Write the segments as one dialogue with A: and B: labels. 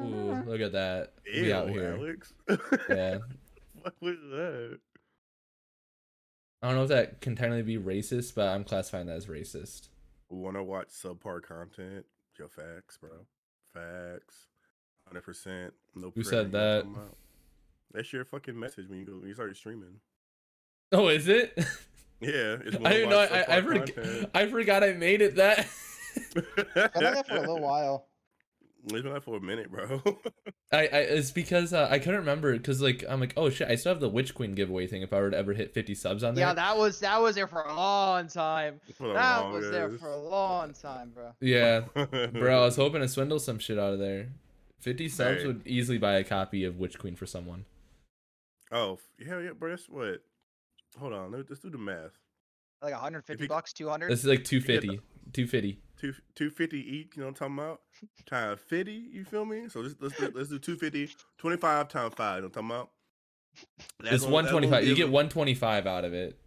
A: Mm-hmm.
B: Look at that. we
C: Ew,
B: out here.
C: Alex.
B: Yeah.
C: what was that?
B: I don't know if that can technically be racist, but I'm classifying that as racist.
C: Want to watch subpar content? Yo, facts, bro. Facts. Hundred percent. No.
B: Who
C: prayer,
B: said
C: you know what I'm
B: that?
C: talking about. That's your fucking message when you go when you start streaming.
B: Oh, is it?
C: Yeah, it's
B: I
C: wanna
B: didn't know.
C: watch
B: I, I, I,
C: subpar
B: forg- I forgot I made it that.
C: content.
A: I've done that for a little while.
C: It's been out for a minute, bro.
B: I, I it's because uh, I couldn't remember because like I'm like oh shit I still have the Witch Queen giveaway thing if I were to ever hit 50 subs on
A: Yeah,
B: that.
A: that was that was there for a long time.
C: For the
A: That was there for a
C: longest.
A: long time, bro.
B: Yeah, bro, I was hoping to swindle some shit out of there. 50 subs
C: Right.
B: would easily buy a copy of Witch Queen for someone.
C: Oh, f- hell yeah, bro. That's what. Hold on. Let, let's do the math.
A: Like 150
C: you-
A: bucks, 200.
B: This is like
C: get the-
B: 250, 250.
C: Two, 250 each, you know what I'm talking about? Times 50, you feel me? So let's, let's, do, let's do 250, 25 times 5, you know what I'm talking about? That's
B: It's
C: gonna- that's gonna
B: 125. You
C: give
B: get
C: us-
B: 125 out of it.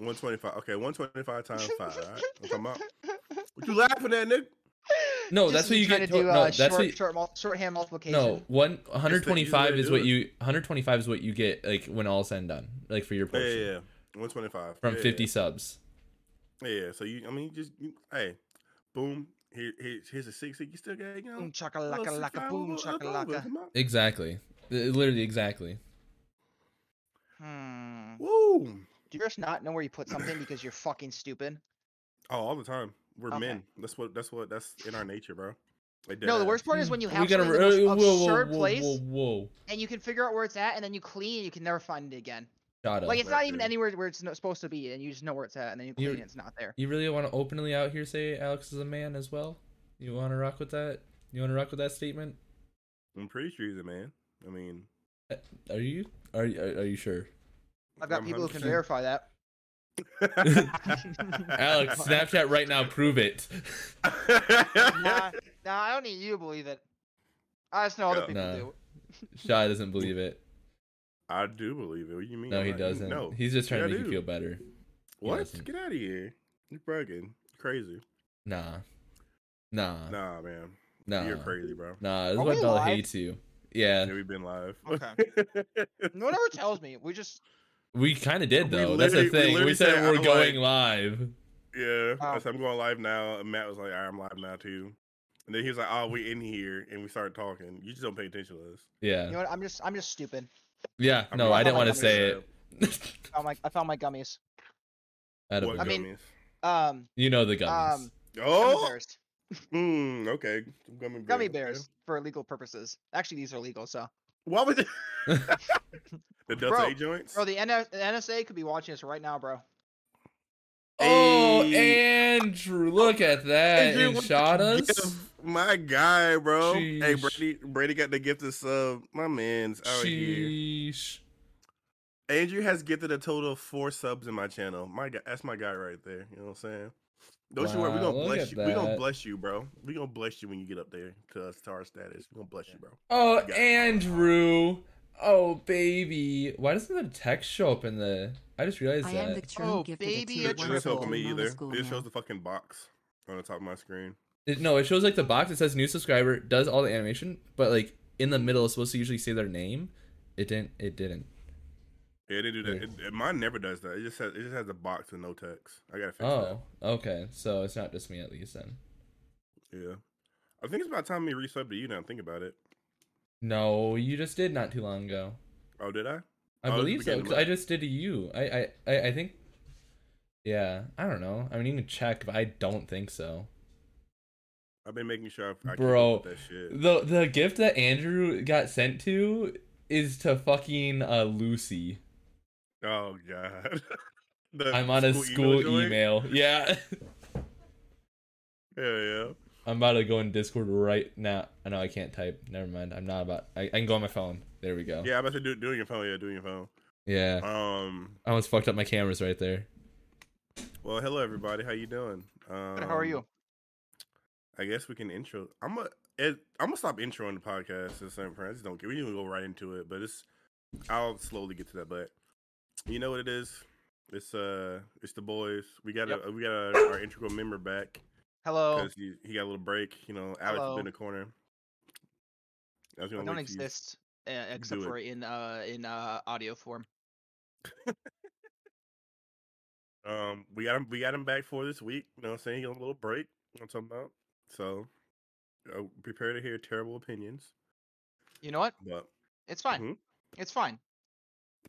C: 125. Okay, 125 times 5. All right? I'm talking about. What you laughing at, Nick?
B: No,
A: Just
B: that's what
A: me
B: you
A: trying
B: get.
A: to do.
B: to-
A: uh,
B: no, that's
A: short,
B: what.
A: short, mul- shorthand multiplication.
B: No, one 125
C: way to
B: is
C: do
B: what
C: it.
B: you 125 is what you get like when all's said and done, like for your
C: Yeah,
B: portion
C: yeah, yeah. 125.
B: from
C: yeah,
B: 50 subs.
C: Yeah, yeah. So you, I mean, you just, you, hey, boom. Here, here, here's a 60. You still got, you know,
A: Boom
C: a little
A: chakalaka laka,
C: 65
A: boom
C: over- up over,
A: chakalaka.
C: come on.
B: Exactly, Li- literally exactly.
A: Hmm.
C: Woo!
A: Do you just not know where you put something because you're fucking stupid?
C: Oh, all the time. We're
A: Okay.
C: men. That's what. That's what. That's in our nature, bro. Like,
A: No, the
C: deadass.
A: worst part is when you have
B: gotta-
A: something in the
B: uh,
A: most absurd place
B: Whoa, whoa,
A: and you can figure out where it's at and then you clean and you can never find it again.
B: shut up.
A: Like it's not even
C: Exactly.
A: anywhere where it's no- supposed to be and you just know where it's at and then you clean
B: You're-
A: and it's not there.
B: You really want to openly out here say Alex is a man as well? You want to rock with that? You want to rock with that statement?
C: I'm pretty sure he's a man. I mean,
B: Are you? Are you? Are, are you sure?
A: I've got
C: I'm
A: people who can
C: 100%.
A: verify that.
B: Alex, Snapchat right now, prove it.
A: Nah, nah, I don't need you to believe it. I just know other
C: Yeah.
A: people
B: Nah.
A: do.
B: Shy doesn't believe it.
C: I do believe it. What do you mean?
B: No,
C: I'm
B: he
C: not-
B: doesn't.
C: No.
B: He's just trying
C: Yeah,
B: to
C: I
B: make you
C: do.
B: feel better.
C: what?
B: doesn't.
C: Get out of here. You're bragging. Crazy.
B: Nah, nah, Uh, nah.
C: nah, man. You're crazy, bro.
B: Nah, this is
A: Are
B: what
A: we
B: Bella
A: live?
B: hates you. Yeah,
C: Yeah, we've been live.
A: Okay. No one ever tells me. We just
B: we kind of did
C: We
B: though. That's the
C: literally- we
B: thing. We,
C: literally
B: said
C: said,
B: we're
C: I'm
B: going live.
C: yeah.
A: Wow.
C: So I'm going live now. And Matt was like, I'm live now too. And then he was like, Oh, we in here, and we started talking. You just don't pay attention to us.
B: Yeah,
A: you know what I'm just I'm just stupid.
B: yeah.
C: I'm
B: No,
C: gonna-
B: I didn't
A: I'm
B: want to
A: gonna
B: say it.
A: I found my I found my gummies.
B: Attaboy.
C: What
A: I mean-
C: gummies?
A: Um
B: you know the gummies.
A: um gummy
C: oh,
A: bears.
C: mm, okay. Gummy bears.
A: Gummy
C: okay.
A: bears for legal purposes. Actually these are legal, so
C: Why would it? the Delta
A: Bro,
C: A joints?
A: Bro, the, NS- the NSA could be watching us right now, bro.
B: Oh,
C: Hey.
B: Andrew, look at that.
C: Andrew,
B: and
C: what the
B: shot
C: gift?
B: us.
C: My guy, bro. Hey,
B: Sheesh.
C: Brady. Brady got the gift of sub. My man's out here.
B: Sheesh.
C: Andrew has gifted a total of four subs in my channel. My guy, that's my guy right there. You know what I'm saying? Don't you worry. We
B: Wow,
C: gonna
B: look
C: bless
B: at
C: you. We gonna
B: that.
C: bless you, bro. We gonna bless you when you get up there to us to our status. We gonna bless you, bro.
B: Oh,
C: Yeah.
B: Andrew. Oh, baby. Why doesn't the text show up in the. I just realized
D: I am the
B: that.
D: true
A: Oh,
D: gifted
A: baby,
D: to the
A: a
C: It
A: You're
C: doesn't show up
A: triple.
C: on me
D: Mama
C: either.
D: school
C: It
D: now.
C: shows the fucking box on the top of my screen.
B: It- no, it shows like the box. It says new subscriber, does all the animation, but like in the middle, it's supposed to usually say their name. It didn't. It didn't.
C: Yeah, they do that.
B: Yeah.
C: It, it- mine never does that. It just has it just has a box with no text. I gotta fix
B: Oh, okay. So it's not just me at least then.
C: that. Yeah, I think it's about time we resub to you now. Think about it.
B: No, you just did not too long ago.
C: Oh, did I?
B: I
C: Oh, it's
B: believe so.
C: beginning
B: 'cause
C: month.
B: I just did a U. I, I, I, I think. Yeah, I don't know. I mean, you can check, but I don't think so.
C: I've been making sure I, I
B: Bro,
C: keep up with that shit.
B: the The gift that Andrew got sent to is to fucking uh, Lucy.
C: oh god, The
B: I'm on a school
C: joint?
B: email. Yeah,
C: Yeah, yeah.
B: I'm about to go in Discord right now. I know I can't type. Never mind. I'm not about. I, I can go on my phone. There we go.
C: Yeah, I'm about to do doing your phone. Yeah, doing your phone.
B: Yeah.
C: Um.
B: I almost fucked up my cameras right there.
C: Well, hello everybody. How you doing? Um,
A: But how are you?
C: I guess we can intro. I'm a. It, I'm gonna stop introing the podcast at some point. I just don't care. We need to go right into it, but it's. I'll slowly get to that, but you know what it is. It's uh, it's the boys. We got a, we got a, our integral member back
A: Hello.
D: Oh.
C: because he, he got a little break. You know, Alex is
A: Hello.
C: in the corner. I was
D: I don't
C: gonna wait till you-
D: exist uh, except
C: it.
D: for in uh in uh audio form.
C: Um, we got him. We got him back for this week. You know, what I'm saying He on a little break. you know what I'm talking about. So, uh, prepare to hear terrible opinions.
D: You know what?
C: But
D: It's fine.
C: Mhm.
D: It's fine.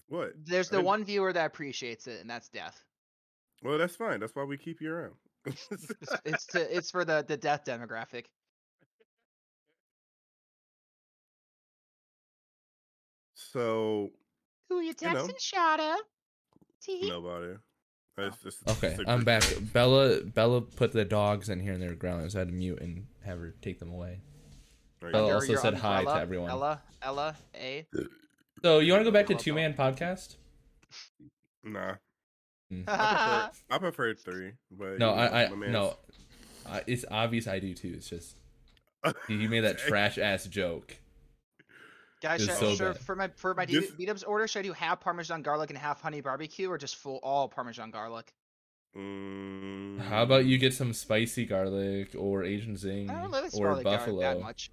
C: what?
D: There's the
C: didn't-
D: one viewer that appreciates it, and that's death.
C: Well, that's fine. That's why we keep you around.
D: It's, it's to it's for the the death demographic.
C: so
D: Who you
C: know.
D: texting, Shada?
C: nobody.
D: Oh.
C: That's just it's
B: Okay,
C: just a
B: I'm
C: group
B: back.
C: text.
B: Bella Bella put the dogs in here and they were growling, so I had to mute and have her take them away.
C: There you
B: Bella
C: go.
B: also said hi to everyone.
D: Ella, Ella,
C: eh?
D: A.
B: So you want to go back to
D: Well,
B: two man podcast?
C: Nah, I
D: I
C: prefer, I prefer three. But
B: No,
C: you know,
B: I, I
C: my man's-
B: no. I, it's obvious I do too. It's just you made that
C: Okay.
B: trash ass joke.
D: Guys,
B: It's
D: should,
B: so
D: should
B: bad.
D: for my for my
C: This-
D: beat ups order, should I do half Parmesan garlic and half honey barbecue, or just full all Parmesan garlic?
C: Mm,
B: How about you get some spicy garlic or Asian zing
D: I don't really like
B: Mm, or
D: garlic that
B: buffalo?
D: much.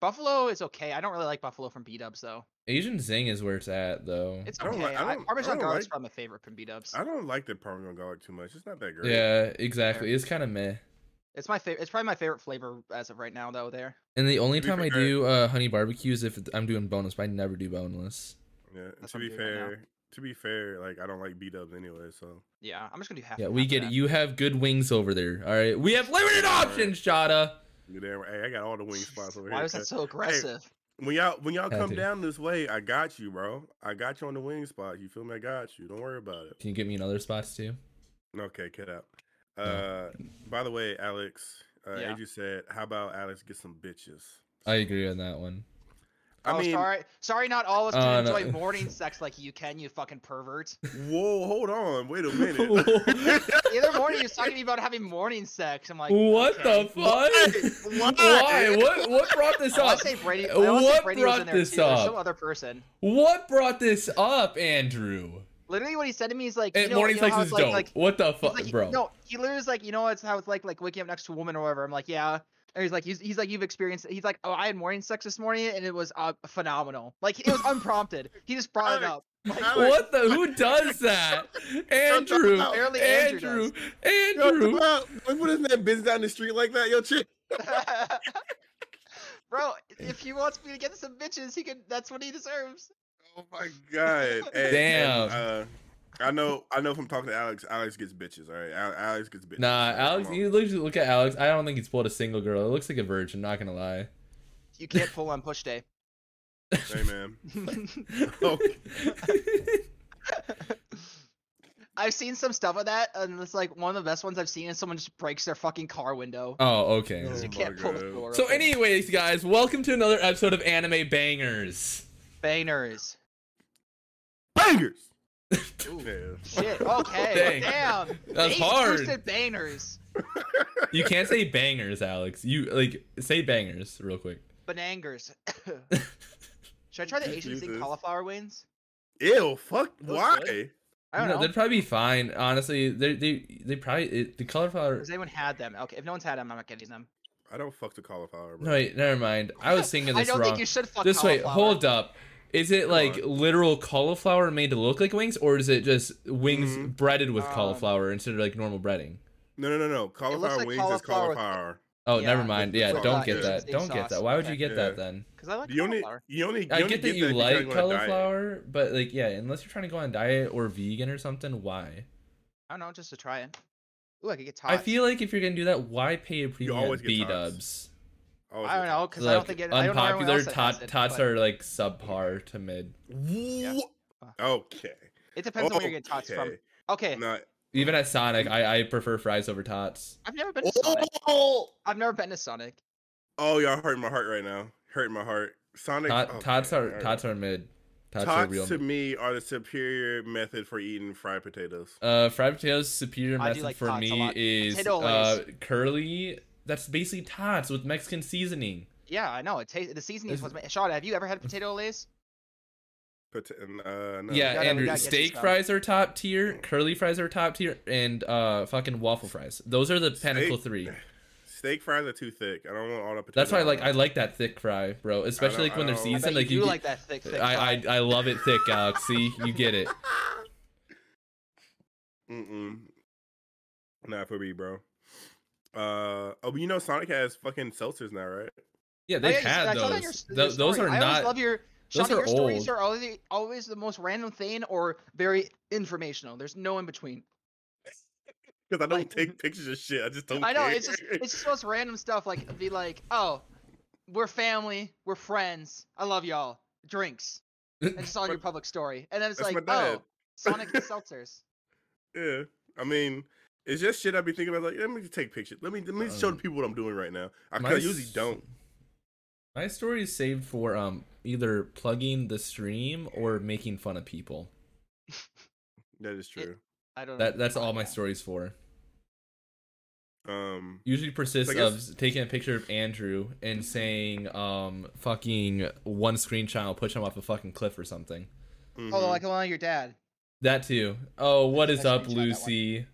D: Buffalo is okay. I don't really like buffalo from beat ups though.
B: Asian zing is where it's at though.
D: It's
C: I don't
D: okay.
C: like- I
D: I-
C: don't- I
D: Parmesan
C: don't
D: garlic's
C: like-
D: probably my favorite from beat ups.
C: Mm, I don't like the parmesan garlic too much. It's not that great.
B: yeah, exactly. It's kind of meh.
D: It's my favorite. It's probably my favorite flavor as of right now though. There.
B: And the only
C: To be
B: time I
C: fair-
B: do uh, honey barbecue is if I'm doing boneless, but I never do boneless.
C: Yeah. and
D: That's
C: to
D: what
C: be
D: I'm doing right now.
C: fair, to be fair, like I don't like beat ups anyway. So
D: Yeah, I'm just gonna do half.
B: Yeah,
D: and
B: we
D: half
B: get
D: that.
B: it. You have good wings over there. All right, we have limited options, Shada.
C: you damn right. Hey, I got all the wing spots over
D: Why
C: here.
D: was that
C: cut.
D: so aggressive?
C: When y'all when y'all
B: Had
C: come
B: to.
C: down this way, I got you, bro. I got you on the wing spot. You feel me? I got you. Don't worry about it.
B: Can you get me in other spots too?
C: Okay, cut out.
B: Yeah.
C: Uh, by the way, Alex, uh,
D: Yeah.
C: Andrew said, "How about Alex get some bitches?"
B: I agree on that one.
C: I
D: oh,
C: mean,
D: sorry, sorry, not all of us
B: Uh,
D: can
B: no.
D: enjoy morning sex like you can, you fucking pervert.
C: whoa, hold on, wait a minute.
D: The other morning, you was talking to me about having morning sex. I'm like,
B: what
D: okay.
B: the fuck?
C: Why?
B: Why? What? What brought this
D: I wanna
B: up?
D: say Brady. I wanna say
B: What
D: Brady was
B: brought
D: in there
B: this
D: too. There's some
B: up?
D: other person.
B: What brought this up, Andrew?
D: Literally, what he said to me is like, you
B: And
D: know,
B: Eh, morning
D: you know
B: sex
D: how
B: is
D: it's like,
B: dope.
D: like,
B: what the
D: he's
B: fuck,
D: like,
B: bro?
D: No, he literally was like, you know, it's how it's like, like waking up next to a woman or whatever. I'm like, yeah. And he's like, he's, he's like, you've experienced. He's like, oh, I had morning sex this morning and it was uh, phenomenal. Like it was unprompted. He just brought it
C: Alex,
D: up.
C: Alex,
B: What the? Who does that? Andrew.
D: Apparently Andrew
B: Andrew.
C: yo,
B: Andrew.
C: come out. Like, what is that biz down the street like that? Yo, chick.
D: Bro, if he wants me to get some bitches, he can. That's what he deserves.
C: Oh my god. And- and,
B: Damn.
C: uh, I know. I know from talking to Alex. Alex gets bitches. All right. Al- Alex gets bitches.
B: Nah,
C: so
B: Alex.
C: come on.
B: You look, look at Alex. I don't think he's pulled a single girl. It looks like a virgin. Not gonna lie.
D: You can't pull on push day.
C: Hey man. Oh.
B: Wait,
D: I've seen some stuff of that, and it's like one of the best ones I've seen is someone just breaks their fucking car window.
B: oh, okay.
D: 'cause
C: Oh
D: you
C: my
D: can't pull the
C: God.
D: door.
B: So,
D: open.
B: anyways, guys, welcome to another episode of Anime Bangers.
D: bangers.
C: Bangers.
D: Ooh,
C: Yeah.
D: Shit. Okay.
B: Dang.
D: Damn. They
B: That's hard.
D: boosted bangers.
B: You can't say bangers, Alex. You like say bangers real quick.
D: Banangers. Should I try the Asian thing
C: Jesus.
D: cauliflower wings?
C: Ew. Fuck.
D: Looks
C: Why?
D: good. I don't
B: no,
D: know.
B: they'd probably be fine. Honestly, they they they probably it, the cauliflower.
D: Has anyone had them? Okay. If no one's had them, I'm not getting them.
C: I don't fuck the cauliflower, bro.
B: No, wait, never mind. I was thinking
D: I
B: this
D: don't
B: wrong.
D: think you should fuck
B: this wait,
D: cauliflower.
B: hold up. Is it like
C: on.
B: literal cauliflower made to look like wings, or is it just wings
C: Mhm.
B: breaded with
D: Um,
B: cauliflower instead of like normal breading?
C: No, no, no, no. Cauliflower
D: like
C: wings
D: cauliflower
C: is
D: with-
C: cauliflower.
B: Oh,
D: Yeah,
B: never mind.
C: with-
B: Yeah,
C: with,
B: don't
C: uh,
B: get
C: Asian
B: that.
D: steak
B: Don't get
D: sauce.
B: that. Why would
D: Okay.
B: you get
C: Yeah.
B: that then?
D: Because I like
C: You only,
D: cauliflower.
C: you only, you
B: I
C: only
B: Uh, get that you
C: if
B: like
C: you're on a diet.
B: cauliflower, but like, yeah, unless you're trying to go on diet or vegan or something, why?
D: I don't know, just to try it. Ooh, I could get
B: I
D: tots.
B: feel like if you're gonna do that, why pay a premium
C: always
B: at
C: get
B: B
C: tots.
B: Dubs?
C: Always
D: I don't
C: get
D: know,
C: that.
D: because I don't think it, I don't know everyone
B: unpopular.
D: else that has
B: tot,
D: it,
B: tots
D: but
B: are like subpar to mid.
C: Wha- Okay.
D: It depends on where
B: Oh,
D: you're getting tots from.
C: Okay.
D: Okay,
C: Not.
B: Even at Sonic, I, I prefer fries over tots.
D: I've never been to Sonic.
C: Oh,
D: I've never been to Sonic.
C: oh, y'all hurting my heart right now. Hurting my heart. Sonic. oh,
B: Tot,
C: okay,
B: tots are
C: alright.
B: tots are mid. Tots, are
C: Tots
B: real.
C: to
B: mid.
C: me are the superior method for eating fried potatoes.
B: Uh, fried potatoes superior
D: I do
B: method
D: like
B: for
D: tots a
B: me
D: lot.
B: is
D: Potato
B: uh, curly. That's basically tots with Mexican seasoning.
D: Yeah, I know. It tastes the seasoning is
B: This
D: what's ma- Sean, have you ever had potato lays?
C: Pota- uh, no.
B: Yeah,
D: gotta- we
B: Andrew.
D: gotta get
B: Steak
D: this, um,
B: fries are top tier. Curly fries are top tier, and uh, fucking waffle fries. Those are the pinnacle
C: Steak-
B: three.
C: steak fries are too thick. I don't want all the potato.
B: That's why, like, I like that thick fry, bro. Especially like when they're
C: I don't- I
D: I bet
B: seasoned. Like
D: you,
B: you,
D: do
B: get-
D: like that thick, thick
B: I, I
D: fry.
B: I love it thick, Alex. See, you get it.
C: Mm-mm. Not for me, bro. Uh oh, but you know Sonic has fucking seltzers now, right?
B: Yeah,
D: Oh,
B: they've
D: yeah, I saw
B: had
D: that in
B: those.
D: your s-
B: Tho-
D: your
B: those
D: story.
B: are
D: I always
B: not.
D: love your.
B: those
D: Shawnee, your
B: are
D: stories
B: old.
D: are always, always the most random thing or very informational. There's no in between.
C: Because I don't
D: Like-
C: take pictures of shit. I just don't.
D: I know
C: care.
D: it's just it's just most random stuff like be like, oh, we're family, we're friends, I love y'all, drinks, and just on your public story, and then it's
C: That's
D: like,
C: my dad.
D: oh, Sonic and seltzers.
C: yeah. I mean, it's just shit I be thinking about. Like, let me just take pictures. Let me let me show
B: Um,
C: the people what I'm doing right now. I, 'cause
B: my
C: I usually
B: s-
C: don't.
B: My story is saved for um either plugging the stream or making fun of people.
C: That is true.
D: I don't.
B: That
D: know.
B: that's all my stories for.
C: Um,
B: Usually consists
C: So I guess-
B: of taking a picture of Andrew and saying um fucking one screenshot will push him off a fucking cliff or something.
D: Oh,
C: mhm.
D: like along your dad.
B: That too. Oh, what is
D: I
B: up,
D: screenshot that one.
B: Lucy?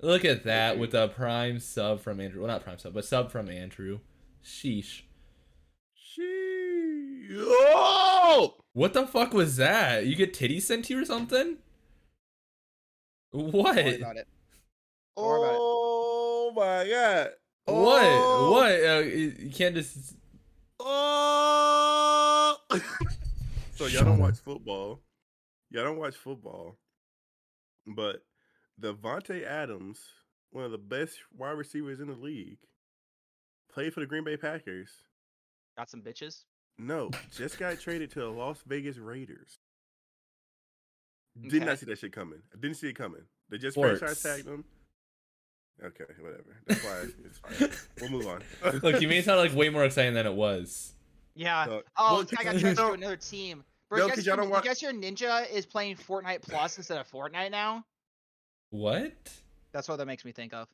B: Look at that with a prime sub from Andrew. Well, not prime sub, but sub from Andrew. Sheesh.
C: She- oh!
B: What the fuck was that? You get titties sent to you or something?
D: Don't worry
B: What?
D: about it. Don't worry about it.
C: oh my god!
B: What?
C: Oh!
B: What? Uh, you you can't just.
C: Oh! so y'all
B: Shut
C: don't
B: up.
C: watch football. Y'all don't watch football. But Devontae Adams, one of the best wide receivers in the league, played for the Green Bay Packers.
D: Got some bitches.
C: No, just got traded to the Las Vegas Raiders. Did
D: Okay.
C: not see that shit coming. I didn't see it coming. They just
B: Sports.
C: franchise tagged them. Okay, whatever. That's why it's fine. We'll move on.
B: Look, you made it sound like way more exciting than it was.
D: Yeah.
C: Uh,
D: oh,
C: well,
D: this guy got
C: you
D: transferred
C: know-
D: to another team. Bro,
C: No,
D: you
C: 'cause
D: guys,
C: y'all
D: your-
C: don't
D: you
C: want-
D: guys, your ninja is playing Fortnite Plus instead of Fortnite now.
B: What?
D: That's what that makes me think of.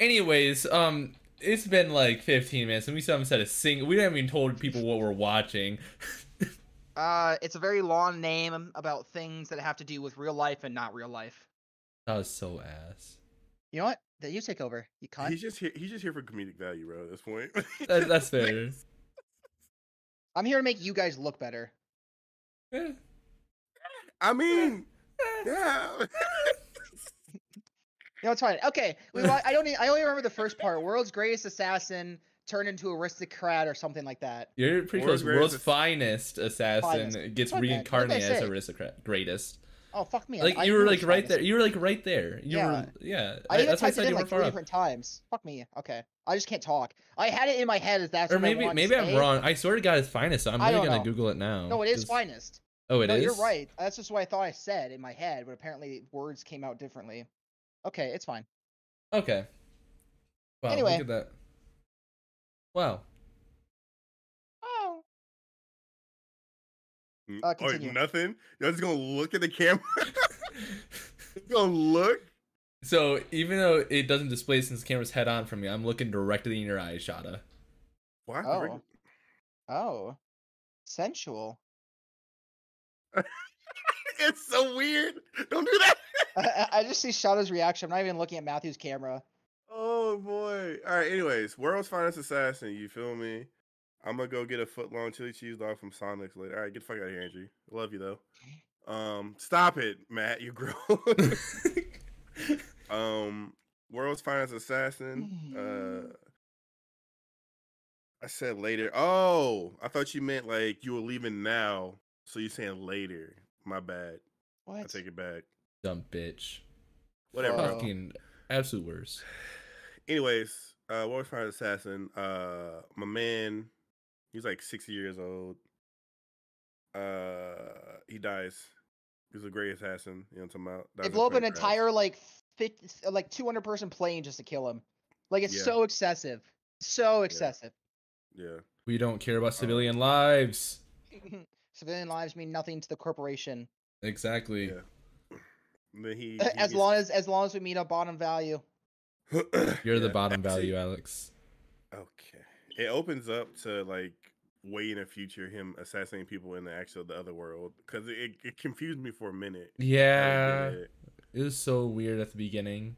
B: Anyways, um, it's been like 15 minutes and we still haven't said a single. We haven't even told people what we're watching.
D: Uh, it's a very long name about things that have to do with real life and not real life.
B: That was so ass.
D: You know what? That you take over. You cunt.
C: He's just here. He's just here for comedic value, bro. At this point,
B: That, that's fair.
D: I'm here to make you guys look better.
B: Eh,
C: I mean,
B: eh.
C: yeah.
D: Uh, No, it's fine. Okay, we. wa- I don't. e- I only remember the first part. World's greatest assassin turned into aristocrat or something like that.
B: You're pretty
C: World's
B: close. World's
C: greatest-
B: finest assassin
D: Finest.
B: gets
D: My bad. What did I
B: reincarnated as
D: say?
B: aristocrat greatest.
D: Oh fuck me! I- I
B: Like you
D: knew
B: were
D: it
B: like
D: was
B: right
D: Travis.
B: there. You were like right there. You
D: Yeah.
B: were yeah.
D: I,
B: I-
D: even
B: that's why I
D: typed it
B: said
D: in
B: you were
D: like
B: far
D: three
B: up.
D: different times. Fuck me. Okay, I just can't talk. I had it in my head as that's.
B: Or
D: what I
B: maybe
D: wanted to
B: maybe I'm
D: say.
B: wrong. I swear to God, it's finest. So I'm
D: I
B: really
D: don't
B: gonna
D: know.
B: Google it now.
D: No, it is
B: 'cause-
D: finest.
B: Oh, it
D: no,
B: is.
D: you're right. That's just what I thought I said in my head, but apparently words came out differently. Okay, it's fine.
B: Okay. Wow,
D: Anyway.
B: look at that. Wow.
D: Oh.
C: Mm,
D: Uh,
C: or
D: continue.
C: nothing. Y'all just gonna look at the camera. just gonna look.
B: So even though it doesn't display since the camera's head on from you, I'm looking directly in your eyes, Shada.
C: Why?
D: Oh.
C: Oh.
D: Oh. Sensual.
C: It's so weird. Don't do that.
D: I- I, I just see Shada's reaction. I'm not even looking at Matthew's camera.
C: Oh boy. All right. Anyways, world's finest assassin. You feel me? I'm gonna go get a foot long chili cheese dog from Sonic's later. All right, get the fuck out of here, Andrew. Love you though. Um, stop it, Matt. You grown. um, world's finest assassin. Uh,
D: Mhm.
C: I said later. Oh, I thought you meant like you were leaving now, so you're saying later. My bad.
D: What?
C: I take it back.
B: Dumb bitch.
C: Whatever.
D: Fuck.
B: Fucking absolute worst.
C: Anyways, uh World's Finest Assassin, uh my man, he's like 60 years old. Uh he dies. He's a great assassin, you know what I'm talking about? Dies
D: They
C: in a
D: blow up an
C: plane crash.
D: entire like 50, like 200 person plane just to kill him. Like it's
C: Yeah.
D: so excessive. So excessive.
C: Yeah.
B: We don't care
C: Oh.
B: about civilian lives.
D: Civilian lives mean nothing to the corporation.
B: Exactly.
C: Yeah. And then he, he
D: as
C: gets-
D: long as as long as we meet a bottom value.
B: You're the
C: Yeah,
B: bottom
C: actually-
B: value, Alex.
C: Okay. It opens up to like way in the future him assassinating people in the actual the other world cuz it, it confused me for a minute. I didn't
B: Yeah.
C: get it.
B: It was so weird at the beginning.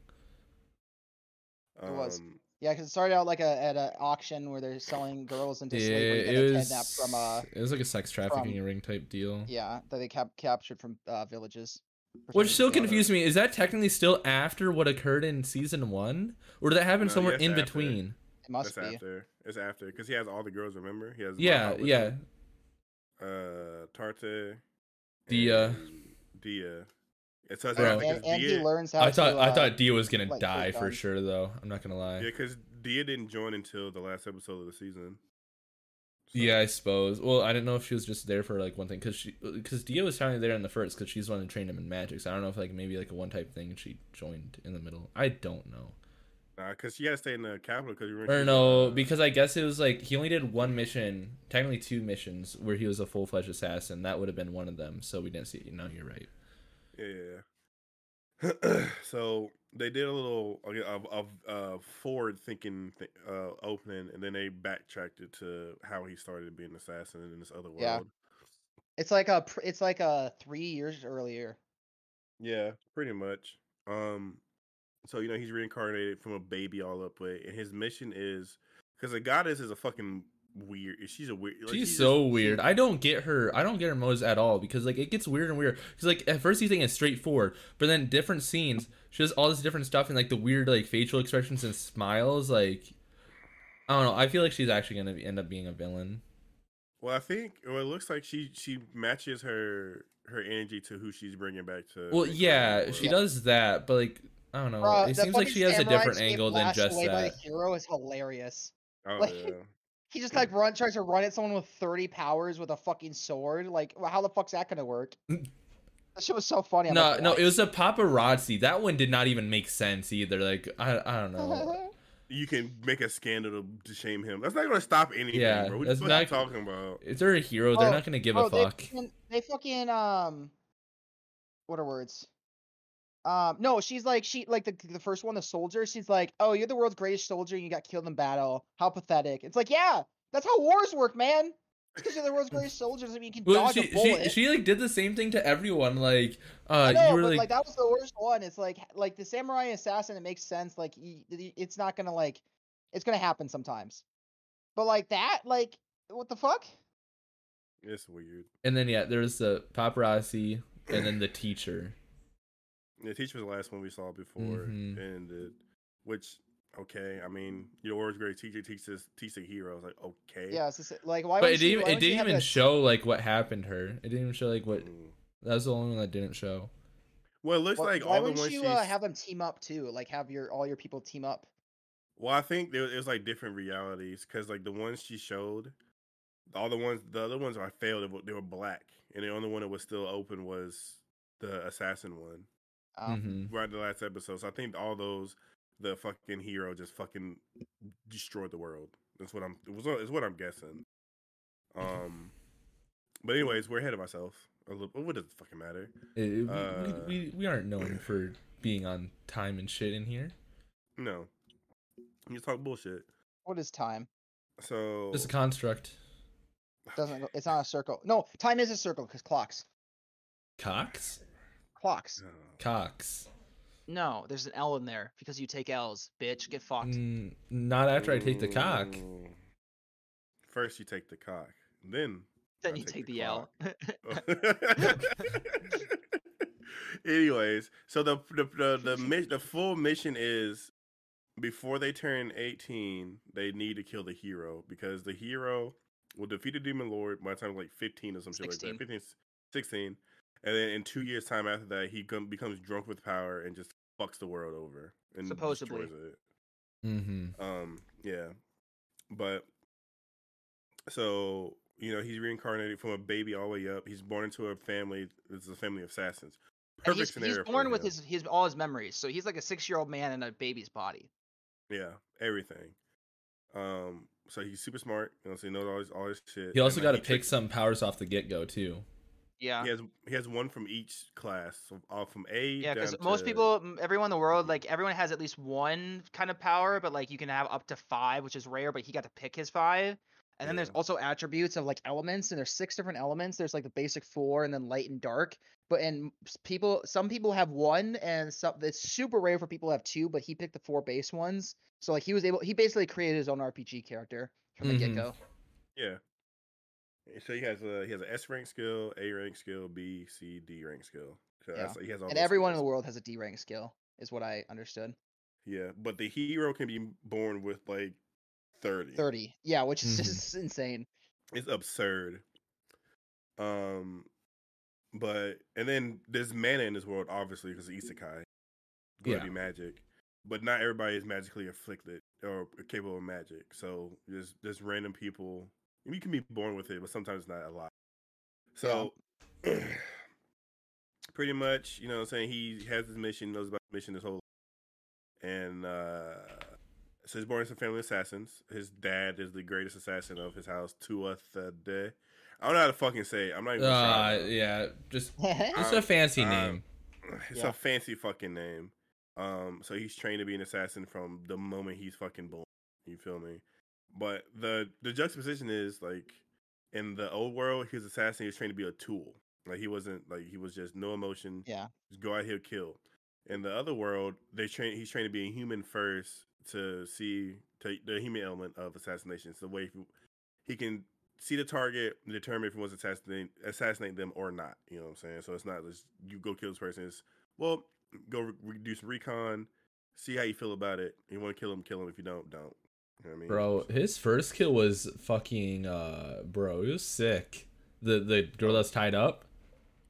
D: It was.
C: Um,
D: Yeah, because it started out like a at an auction where they're selling girls into
B: Yeah,
D: slavery that
B: it
D: they
B: was
D: kidnapped from uh
B: it was like a sex trafficking ring type deal.
D: yeah that they cap- captured from uh, villages. for
B: Which
D: some
B: still
D: reason.
B: confused me. Is that technically still after what occurred in season one, or did that happen
C: No,
B: somewhere
C: yes,
B: in
C: after.
B: between?
D: It must
C: That's
D: be.
C: after. It's after because he has all the girls. Remember, he has
B: Yeah,
C: Maha with
B: yeah.
C: him, Uh, Tarte.
B: Dia.
C: and Dia. It's us
B: Bro.
C: after
D: And,
C: 'cause
D: and he
C: Dia.
D: learns how.
B: I thought
D: to,
B: I
D: uh,
B: thought Dia was gonna
D: like,
B: die
D: take
B: for
D: on-
B: sure, though. I'm not gonna lie.
C: Yeah, because Dia didn't join until the last episode of the season. So-
B: Yeah, I suppose. Well, I didn't know if she was just there for like one thing because she because Dia was finally there in the first because she's the one who trained him in magic. So I don't know if like maybe like a one type thing she joined in the middle. I don't know.
C: Nah, because she got to stay in the capital because you
B: Or no, because I guess it was like he only did one mission, technically two missions where he was a full fledged assassin. That would have been one of them. So we didn't see. it. No, you're right.
C: Yeah. so they did a little okay, of of uh, forward thinking th- uh, opening, and then they backtracked it to how he started being an assassin in this other world.
D: Yeah. It's like a pr- it's like a three years earlier.
C: Yeah, pretty much. Um, so you know he's reincarnated from a baby all up way, and his mission is because the goddess is a fucking weird. She's a weird. like,
B: She's
C: just-
B: so
C: she-
B: weird. I don't get her. I don't get her motives at all because like it gets weird and weird. Because like at first you think it's straightforward, but then different scenes, she does all this different stuff and like the weird like facial expressions and smiles. Like I don't know. I feel like she's actually gonna be- end up being a villain.
C: Well, I think well, it looks like she she matches her her energy to who she's bringing back to.
B: Well,
C: reincarnate
B: yeah,
C: the
B: she
C: world.
B: does that, but like I don't know.
D: Bruh,
B: Oh, it
D: the
B: seems like
D: fucking
B: she has a
D: samurai
B: different
D: getting
B: angle than
D: lashed
B: just
D: away By
B: that.
D: the hero is hilarious.
C: Oh,
D: like-
C: yeah.
D: He just like run tries to run at someone with thirty powers with a fucking sword. Like wh- how the fuck's that gonna work? that shit was so funny. I'm
B: No,
D: like,
B: no,
D: "What?"
B: it was a paparazzi. That one did not even make sense either. Like I, I don't know.
C: You can make a scandal to, to shame him. That's not going to stop anything,
B: Yeah,
C: bro. What
B: that's
C: the fuck are you
B: not-
C: talking about?
B: If they're a hero, they're
D: Oh,
B: not gonna give
D: Bro,
B: a fuck.
D: They fucking, they fucking um, what are words? Um, no, she's like she like the the first one, the soldier. She's like, oh, you're the world's greatest soldier, and you got killed in battle. How pathetic! It's like, yeah, that's how wars work, man. Because you're the world's greatest soldier doesn't mean you can
B: Well,
D: dodge
B: she,
D: a bullet.
B: she she like did the same thing to everyone. Like,
D: I
B: uh,
D: know,
B: you were
D: but
B: like,
D: like, that was the worst one. It's like like the samurai assassin. It makes sense. Like y- y- it's not gonna like it's gonna happen sometimes, but like that, like what the fuck?
C: It's weird.
B: and then yeah, there's the paparazzi, and then the teacher.
C: The teacher was the last one we saw before
B: Mhm.
C: it ended, which okay. I mean, your world's great teacher teaches teach a hero. I was like, okay,
D: Yeah, it's just, like why?
B: but
D: would
B: it
D: she,
B: didn't
D: why
B: it
D: would she
B: didn't
D: have
B: even
D: that-
B: show like what happened to her. It didn't even show like what
C: Mm.
B: that was the only one that didn't show.
C: Well, it looks
D: Why-
C: like
D: why
C: all the
D: wouldn't
C: ones
D: you
C: she's.
D: uh, have them team up too? Like have your all your people team up.
C: Well, I think there, it was like different realities because like the ones she showed, all the ones the other ones I failed. they were- They were black, and the only one that was still open was the assassin one.
D: Um,
B: Mhm.
C: Right, in the last episode. So I think all those, the fucking hero just fucking destroyed the world. That's what I'm. It was. It's what I'm guessing. Um, but anyways, we're ahead of ourselves. A little. What does it fucking matter?
B: It- it- we-
C: Uh,
B: we, we we aren't known for being on time and shit in here.
C: No, you just talk bullshit.
D: What is time?
C: So
B: Just a construct.
D: Doesn't go- it's not a circle. No, time is a circle because clocks.
B: Cox,
D: Clocks.
C: Oh,
B: Cox.
A: No, there's an L in there because you take L's, bitch. Get fucked.
B: Mm, not after I take the cock.
C: mm. First, you take the cock, then
A: then
C: I
A: you
C: take
A: take
C: the
A: the, L.
C: Anyways, so the the the the, mi- the full mission is before they turn 18, they need to kill the hero because the hero will defeat the demon lord by the time like 15 or something like
A: 16.
C: that. 15 16. And then in 2 years time after that, he com- becomes drunk with power and just fucks the world over and
A: Supposedly.
C: destroys it.
B: Mm-hmm.
C: Um, yeah, but so you know, he's reincarnated from a baby all the way up. He's born into a family. It's a family of assassins.
A: And he's, he's
C: scenario for
A: born with
C: him.
A: his, his all his memories, so he's like a six year old man in a baby's body.
C: yeah everything. Um, so he's super smart. You know, so he knows all this all this shit.
B: He also
C: and,
B: got
C: like,
B: to
C: he
B: pick
C: took-
B: some powers off the get go too.
A: Yeah,
C: He has he has one from each class, so all from A.
A: yeah, because
C: down
A: most
C: to- Mm-hmm.
A: people, m- everyone in the world, like everyone has at least one kind of power, but like you can have up to five, which is rare. But he got to pick his five, And then there's
C: Yeah.
A: also attributes of like elements, and there's six different elements. There's like the basic four, and then light and dark. But and s- people, some people have one, and some it's super rare for people to have two. But he picked the four base ones, so like he was able, he basically created his own RPG character from the
C: Mm-hmm.
B: Mhm.
A: get go.
C: Yeah. So he has a he has an S rank skill, A rank skill, B, C, D rank skill. So
A: Yeah.
C: that's, he has all
A: And
C: those
A: everyone in the
C: skills.
A: world has a D rank skill, is what I understood.
C: Yeah, but the hero can be born with like thirty.
A: Thirty, yeah, which is
B: Mhm.
A: just insane.
C: It's absurd. Um, but and then there's mana in this world, obviously, because isekai, bloody
B: Yeah.
C: magic. But not everybody is magically afflicted or capable of magic. So there's there's random people. You can be born with it, but sometimes not a lot. So pretty much, you know what I'm saying? He has his mission, knows about his mission his whole and uh so he's born into a family of assassins. His dad is the greatest assassin of his house, Tua Thade. I don't know how to fucking say it. I'm not even
B: Uh,
C: trying.
B: yeah, just
D: yeah,
B: just a fancy
C: Um,
B: name.
C: It's
D: Yeah.
C: a fancy fucking name. Um, so he's trained to be an assassin from the moment he's fucking born. You feel me? But the the juxtaposition is like in the old world, he was an assassin. He was trained to be a tool. Like he wasn't like he was just no emotion.
D: Yeah.
C: just go out here kill. In the other world, they train. He's trained to be a human first to see to the human element of assassination. It's the way he, he can see the target, and determine if he wants to assassinate assassinate them or not. You know what I'm saying? So it's not just you go kill this person. It's well, go re- re- do some recon, see how you feel about it. You want to kill him, kill him. If you don't, don't. You know what I mean,
B: Bro, his first kill was fucking uh bro, it was sick. The the girl that's tied up.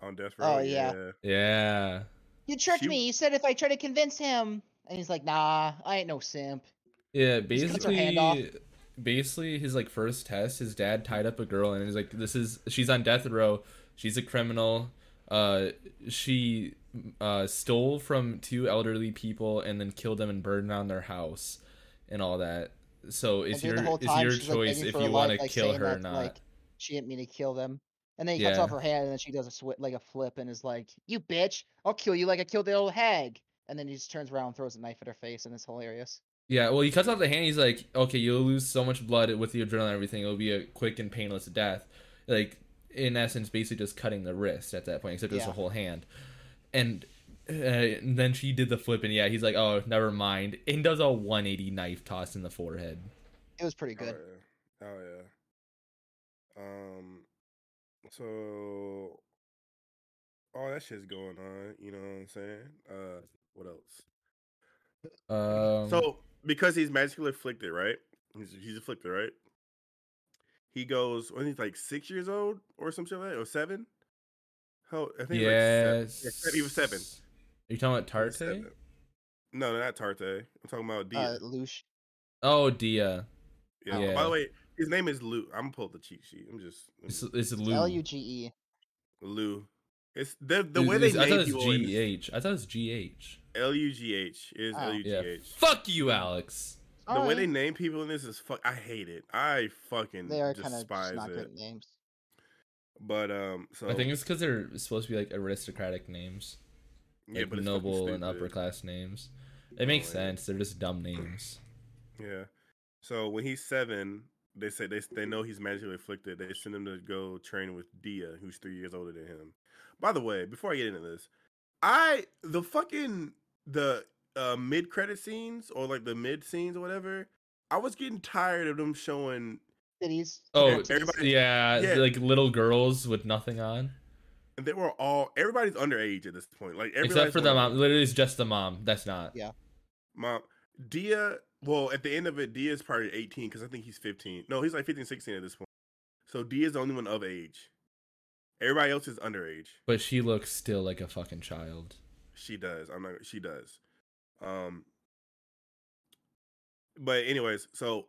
C: on death row.
D: Oh, yeah.
B: Yeah.
D: you tricked
C: She-
D: me. You said if I try to convince him, and he's like, "Nah, I ain't no simp."
B: Yeah,
D: Just cuts her hand
B: basically basically his like first test, his dad tied up a girl and he's like this is she's on death row. She's a criminal. Uh she uh stole from two elderly people and then killed them and burned down their house and all that. So it's
D: during
B: your
D: the whole
B: it's
D: time,
B: your
D: she's, like,
B: choice
D: begging
B: if
D: for her
B: you want to
D: life, like,
B: kill
D: saying
B: her or
D: that,
B: not.
D: Like, she didn't mean to kill them. And then he cuts
B: Yeah.
D: off her hand, and then she does a swi like a flip, and is like, "You bitch! I'll kill you like I killed the old hag." And then he just turns around, and throws a knife at her face, and it's hilarious.
B: Yeah, well, he cuts off the hand. He's like, okay, you'll lose so much blood with the adrenaline and everything. It'll be a quick and painless death. Like, in essence, basically just cutting the wrist at that point, except it's a
D: Yeah.
B: whole hand. And, uh, and then she did the flip, and yeah, he's like, oh, never mind. And does a 180 knife toss in the forehead.
D: It was pretty
C: Oh,
D: good.
C: yeah. Oh yeah. Um. So. All that shit's going on. You know what I'm saying? Uh. What else?
B: Um,
C: so because he's magically afflicted, right? He's, he's afflicted, right? He goes when he's like six years old or some shit like that, or seven. How I think
B: yeah.
C: he was like seven. Yeah, he was seven.
B: Are you talking about
C: He was
B: Tarte?
C: seven. No, no, not Tarte. I'm talking about Dia.
D: Uh, Lush.
B: Oh, Dia.
C: yeah.
B: yeah.
C: By the way, his name is Lou. I'm gonna pull up the cheat sheet. I'm just I'm
B: It's,
C: just-
B: it's Lou.
D: L U G E.
C: Lou. It's the the way
B: It's-
C: they
B: I thought
C: name
B: it's
C: people. in-
B: GH. I thought it's GH.
C: L U G H It is
D: Oh.
C: L U G
B: Yeah.
C: H.
B: Fuck you, Alex.
C: The way
D: Alright.
C: they name people in this is fuck. I hate it. I fucking
D: They are kind of
C: despise
D: not
C: it.
D: good names.
C: But um, so
B: I think it's because they're supposed to be like aristocratic names,
C: yeah,
B: like
C: but it's fucking
B: noble and
C: stupid.
B: upper class names. It
C: Oh,
B: makes
C: yeah.
B: sense. They're just dumb names.
C: Yeah. So when he's seven, they say they they know he's magically afflicted. They send him to go train with Dia, who's three years older than him. By the way, before I get into this, I the fucking the uh, mid credit scenes or like the mid scenes or whatever. I was getting tired of them showing
D: Cities.
B: Oh,
C: everybody-
B: yeah,
C: Yeah.
B: like little girls with nothing on,
C: and they were all everybody's underage at this point. Like everybody's
B: except for the
C: going-
B: mom. Literally, it's just the mom. That's not.
D: Yeah.
C: Mom, Dia. Well, at the end of it, Dia is probably 18 because I think he's 15. No, he's like 15, 16 at this point. So Dia is the only one of age. Everybody else is underage.
B: But she looks still like a fucking child.
C: She does. I'm not. She does. Um. But anyways, so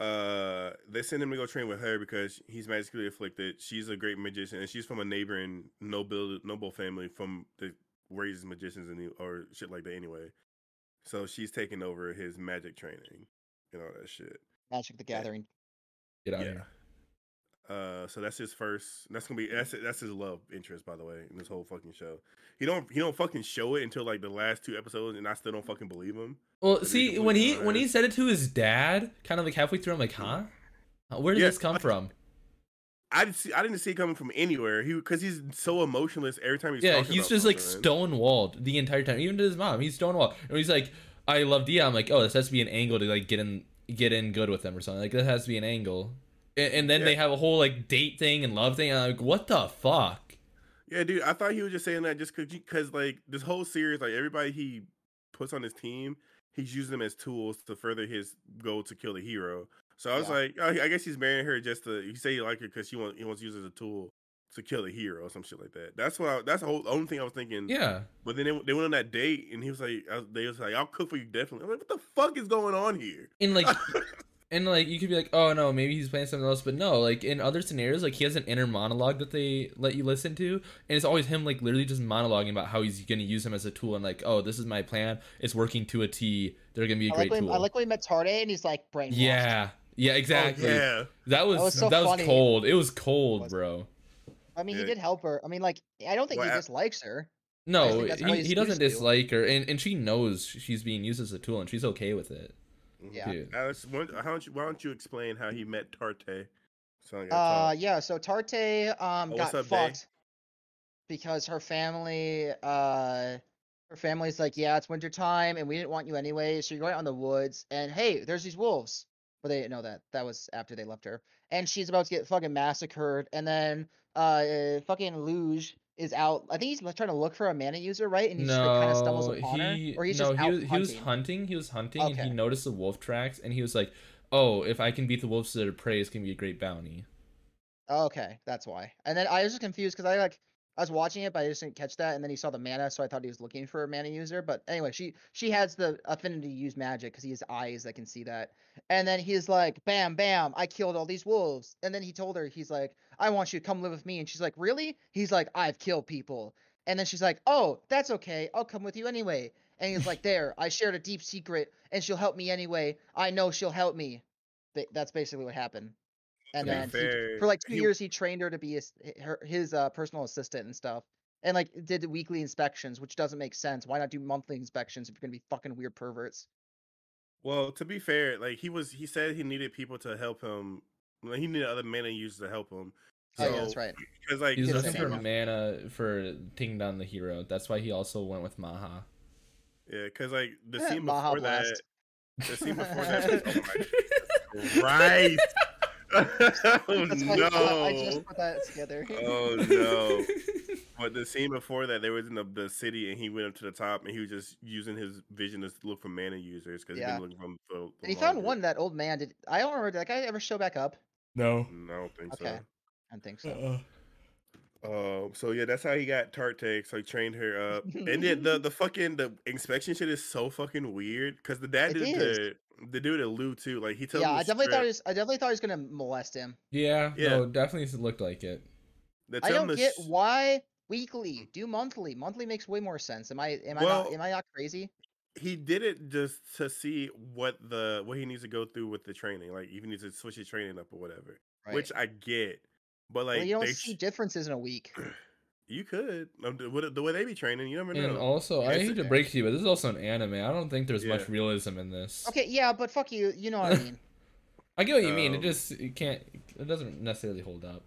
C: uh, they send him to go train with her because he's magically afflicted. She's a great magician, and she's from a neighboring noble noble family from the raises magicians and the, or shit like that. Anyway, so she's taking over his magic training and all that shit.
D: Magic the
C: Yeah.
D: Gathering.
B: Get out of
C: Yeah.
B: here.
C: Uh, so that's his first. That's gonna be that's that's his love interest, by the way, in this whole fucking show. He don't he don't fucking show it until like the last two episodes, and I still don't fucking believe him.
B: Well,
C: That'd be
B: see, when
C: completely
B: he when he
C: honest.
B: said it to his dad, kind of like halfway through, I'm like, huh? Where did
C: Yeah,
B: this come
C: like-
B: from?
C: I didn't see. I didn't see it coming from anywhere. He because he's so emotionless every time he's
B: yeah,
C: talking
B: he's
C: about
B: just like
C: something.
B: stonewalled the entire time. Even to his mom, he's stonewalled. And he's like, "I love Dia." I'm like, "Oh, this has to be an angle to like get in, get in good with them or something. Like that has to be an angle." And, and then
C: Yeah.
B: they have a whole like date thing and love thing. And I'm like, "What the fuck?"
C: Yeah, dude, I thought he was just saying that just because, like, this whole series, like, everybody he puts on his team, he's using them as tools to further his goal to kill the hero. So I was
D: Yeah.
C: like, oh, I guess he's marrying her just to. He say he like her because she wants he wants to use it as a tool to kill the hero or some shit like that. That's what. I, that's the whole only thing I was thinking.
B: Yeah,
C: But then they, they went on that date, and he was like, I, they was like, I'll cook for you definitely. I'm like, what the fuck is going on here?
B: and like, and like you could be like, "Oh no, maybe he's playing something else," but no. Like in other scenarios, like he has an inner monologue that they let you listen to, and it's always him like literally just monologuing about how he's going to use him as a tool and like, "Oh, this is my plan. It's working to a T. They're going to be a
D: I
B: great
D: like, when,
B: tool."
D: I like when he met Tarde and he's like brainwashed.
B: Yeah. Yeah, exactly.
C: Oh, yeah.
B: That was that was,
D: was so funny.
B: cold. It was cold,
D: Was-
B: bro.
D: I mean,
C: Yeah.
D: he did help her. I mean, like, I don't think
C: Well,
D: he
C: I-
D: dislikes her. I
B: No,
D: think that's what
B: he,
D: he's
B: he doesn't
D: used to.
B: dislike her, and, and she knows she's being used as a tool, and she's okay with it.
D: Yeah.
B: too.
C: Alex, why don't, how don't you, why don't you explain how he met Tarte? Sound like I
D: Uh,
C: talk.
D: yeah. So Tarte um
C: Oh, what's
D: got
C: up, Day?
D: fucked because her family uh her family's like, yeah, it's winter time and we didn't want you anyway, so you're going out in the woods and hey, there's these wolves. But they didn't know that. That was after they left her, and she's about to get fucking massacred. And then uh fucking Luge is out. I think he's like, trying to look for a mana user, right? And he just like, kind of stumbles
B: No,
D: upon
B: he
D: her, or he's
B: no,
D: just
B: he
D: out
B: was, he
D: hunting.
B: was hunting. He was hunting, and he
D: Okay.
B: noticed the wolf tracks, and he was like, "Oh, if I can beat the wolves to their prey, it's gonna be a great bounty."
D: Oh, okay, that's why. And then I was just confused because I like I was watching it, but I just didn't catch that. And then he saw the mana, so I thought he was looking for a mana user. But anyway, she she has the affinity to use magic because he has eyes that can see that. And then he's like, "Bam, bam! I killed all these wolves." And then he told her, he's like, "I want you to come live with me." And she's like, "Really?" He's like, "I've killed people." And then she's like, "Oh, that's okay. I'll come with you anyway." And he's like, "There, I shared a deep secret, and she'll help me anyway. I know she'll help me." Ba- That's basically what happened. And
C: be
D: then he
C: fair,
D: for like two
C: he-
D: years he trained her to be his, h- her, his uh, personal assistant and stuff and like did weekly inspections which doesn't make sense why not do monthly inspections if you're gonna be fucking weird perverts
C: Well, to be fair, like he was, he said he needed people to help him. Like, he needed other men and users to help him.
D: oh yeah that's
C: So,
D: right
C: Because like,
B: He was
D: Yes,
B: looking
C: the
D: I
B: for
C: secret-
D: know.
B: mana for taking down the hero. That's why he also went with Maha.
C: yeah, because like the
D: Eh,
C: scene
D: Maha
C: before
D: Blast.
C: that, the scene before that, oh my, right? oh
D: that's why I
C: no!
D: just- I just put that together
C: Oh no! But the scene before that, they was in the, the city, and he went up to the top, and he was just using his vision to look for mana users because
D: Yeah.
C: he's been looking for. 'em for, for
D: and he found
C: longer.
D: one that old man did i don't remember did that guy ever show back up
B: no.
C: Mm, I don't think so.
D: Okay. i don't think so
C: Uh, Uh-uh. Um. So yeah, that's how he got Tarte. So he trained her up, and then the the fucking the inspection shit is so fucking weird because the dad
D: It
C: did
D: is.
C: the the dude at Lou too. Like he told
D: yeah
C: him
D: i
C: to
D: definitely thought
C: strip-
D: he was, i definitely thought he was gonna molest him
B: Yeah,
C: Yeah.
B: No. Definitely looked like it.
C: they
D: i
C: tell him
D: don't
C: to
D: get
C: s- Mm.
D: why weekly do monthly monthly makes way more sense am i am i
C: Well,
D: not am i not crazy
C: he did it just to see what the what he needs to go through with the training. Like if he needs to switch his training up or whatever,
D: right
C: which I get. But like
D: well, you don't
C: they
D: see
C: sh-
D: differces in a week
C: you could Um, the what- the way they be training, you never
B: And
C: know.
B: also, I
C: It's-
B: hate to break to you, but this is also an anime. I don't think there's
C: Yeah.
B: much realism in this.
D: Okay, yeah, but fuck you. You know what I mean.
B: I get what you mean. It
C: Um,
B: just it can't. It doesn't necessarily hold up.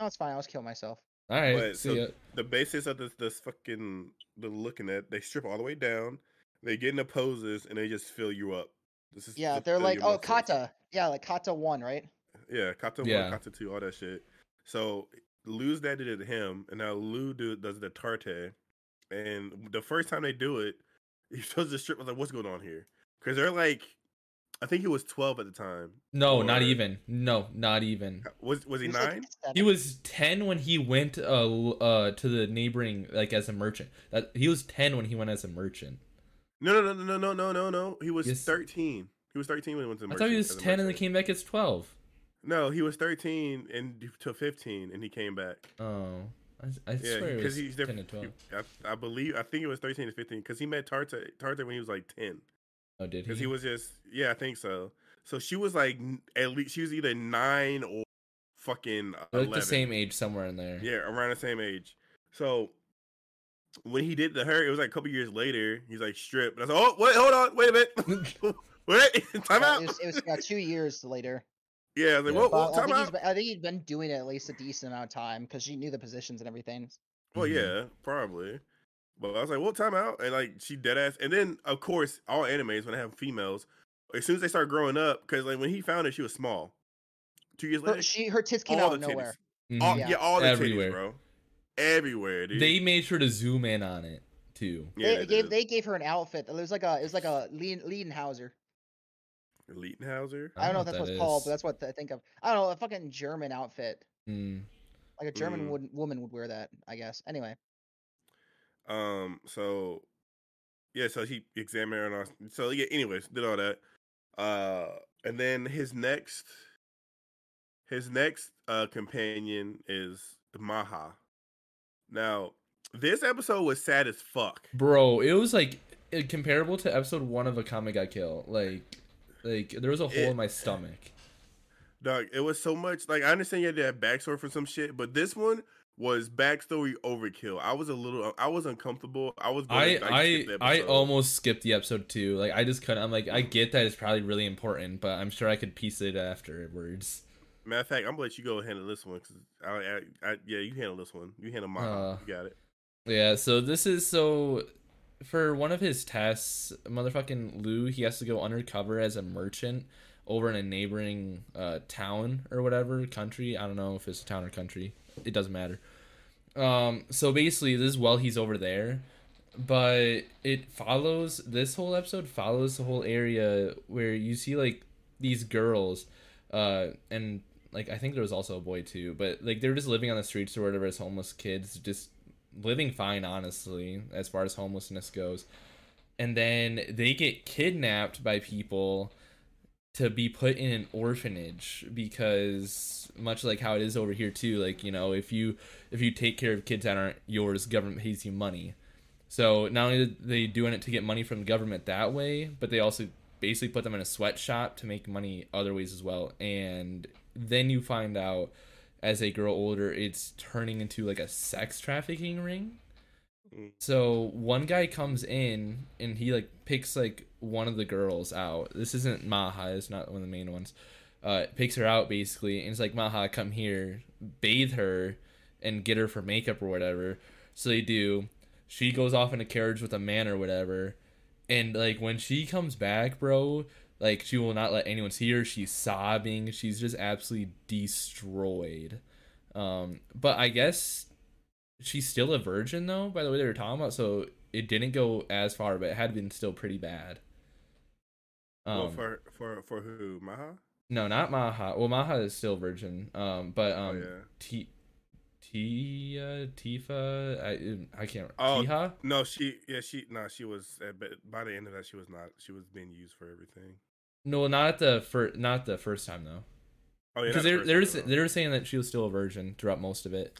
D: No, it's fine. I'll just kill myself.
B: All right,
C: But,
B: see
C: so-
B: ya.
C: the basis of this this fucking the looking at they strip all the way down, they get into poses and they just fill you up. This is
D: Yeah,
C: to
D: they're
C: fill
D: like,
C: your
D: oh,
C: muscles."
D: kata. Yeah, like kata one, right?
C: Yeah, kata
B: Yeah.
C: one, kata two, all that shit. So Lou's dad did it to him, and now Lou do, does the tarte. And the first time they do it, he shows the strip. I was like, what's going on here? Because they're like, I think he was twelve at the time.
B: No, not
C: or-
B: even. No, not even.
C: Was was he
D: It's like
C: nine?
D: aesthetic.
B: He was ten when he went uh, l- uh to the neighboring like as a merchant. That he was ten when he went as a merchant.
C: No, no, no, no, no, no, no, no. He was
B: Yes.
C: thirteen. He was thirteen when he went to. the
B: I thought he
C: merchant-
B: was
C: as a
B: ten and then
C: merchant.
B: came back as twelve.
C: No, he was 13 and to 15, and he came back.
B: Oh, I, I swear
C: Yeah,
B: it
C: because
B: was
C: he's
B: ten and
C: different.
B: twelve.
C: he- I, I believe I think it was 13 to 15 because he met Tarte Tarte when he was like 10
B: Oh, did he?
C: because he was just yeah I think so. So she was like n- at least she was either nine or fucking
B: They're, like
C: 11.
B: the same age somewhere in there.
C: Yeah, around the same age. So when he did to her, it was like a couple years later. He's like stripped. And I was like, oh wait, hold on, wait a minute, wait, time
D: Yeah,
C: out.
D: It was, it was yeah, two years later.
C: Yeah, I was like,
B: Yeah.
C: well,
D: But
C: well,
D: I,
C: time
D: think he's
C: out.
D: been, I think he'd been doing it at least a decent amount of time because she knew the positions and everything.
C: Well,
B: Mhm.
C: yeah, probably. But I was like, well, time out. And like, she dead ass. And then, of course, all animes, when they have females, as soon as they start growing up, because like when he found her, she was small. Two years
D: Her,
C: later,
D: she her tits came
C: all
D: out
C: the
D: of
C: titties.
D: nowhere.
B: Mhm.
C: All, yeah.
D: Yeah.
C: all the
B: Everywhere.
C: titties, bro. Everywhere, dude.
B: They made sure to zoom in on it too.
C: yeah,
D: they, gave, they gave her an outfit. It was like a it was like a Leiden, Leidenhauser.
C: Leidenhauser.
D: I don't know if that's what
B: what
D: it's
B: that
D: called,
B: is.
D: but that's what I think of. I don't know a fucking German outfit.
B: Mm.
D: Like a German
C: Mm.
D: would, woman would wear that, I guess. Anyway,
C: Um. So, yeah. So he examined her and all. So yeah. Anyways, did all that. Uh. And then his next, his next uh companion is Maha. Now, this episode was sad as fuck.
B: Bro, it was like it, comparable to episode one of a comic I kill. Like, like there was a hole
C: It-
B: in my stomach.
C: Dog, it was so much. Like I understand you had to have backstory for some shit, but this one was backstory overkill. I was a little. I was uncomfortable. I was. gonna,
B: I
C: like,
B: I
C: skip the
B: I
C: episode.
B: almost skipped the episode too. Like I just couldn't. I'm like I get that it's probably really important, but I'm sure I could piece it afterwards.
C: Matter of fact, I'm gonna let you go handle this one 'cause I, I, I, yeah, you handle this one. You handle mine.
B: Uh,
C: you got it.
B: Yeah. So this is so for one of his tests, motherfucking Lou, he has to go undercover as a merchant over in a neighboring uh, town or whatever country. I don't know if it's a town or country. It doesn't matter. Um, so basically, this is while he's over there, but it follows this whole episode follows the whole area where you see like these girls, uh, and like I think there was also a boy too, but like they're just living on the streets or whatever as homeless kids, just living fine honestly as far as homelessness goes, and then they get kidnapped by people to be put in an orphanage because much like how it is over here too like you know if you if you take care of kids that aren't yours government pays you money so not only are they doing it to get money from the government that way but they also basically put them in a sweatshop to make money other ways as well and then you find out as they grow older it's turning into like a sex trafficking ring
C: Mm.
B: so one guy comes in and he like picks like one of the girls out. This isn't Maha, it's not one of the main ones. Uh picks her out basically and it's like Maha, come here, bathe her and get her for makeup or whatever. So they do. She goes off in a carriage with a man or whatever. And like when she comes back, bro, like she will not let anyone see her. She's sobbing. She's just absolutely destroyed. Um but I guess she's still a virgin though by the way they were talking about so it didn't go as far but it had been still pretty bad um
C: well, for for for who? Maha.
B: no not maha well maha is still virgin um but um
C: oh yeah.
B: T- tia tifa i i can't
C: Oh,
B: Tiha?
C: No, she. Yeah, she. No, she was. uh, But by the end of that, she was not. She was being used for everything.
B: no not the first not the first time though
C: Oh yeah.
B: because
C: not the
B: they're
C: first
B: they're,
C: time,
B: they're saying that she was still a virgin throughout most of it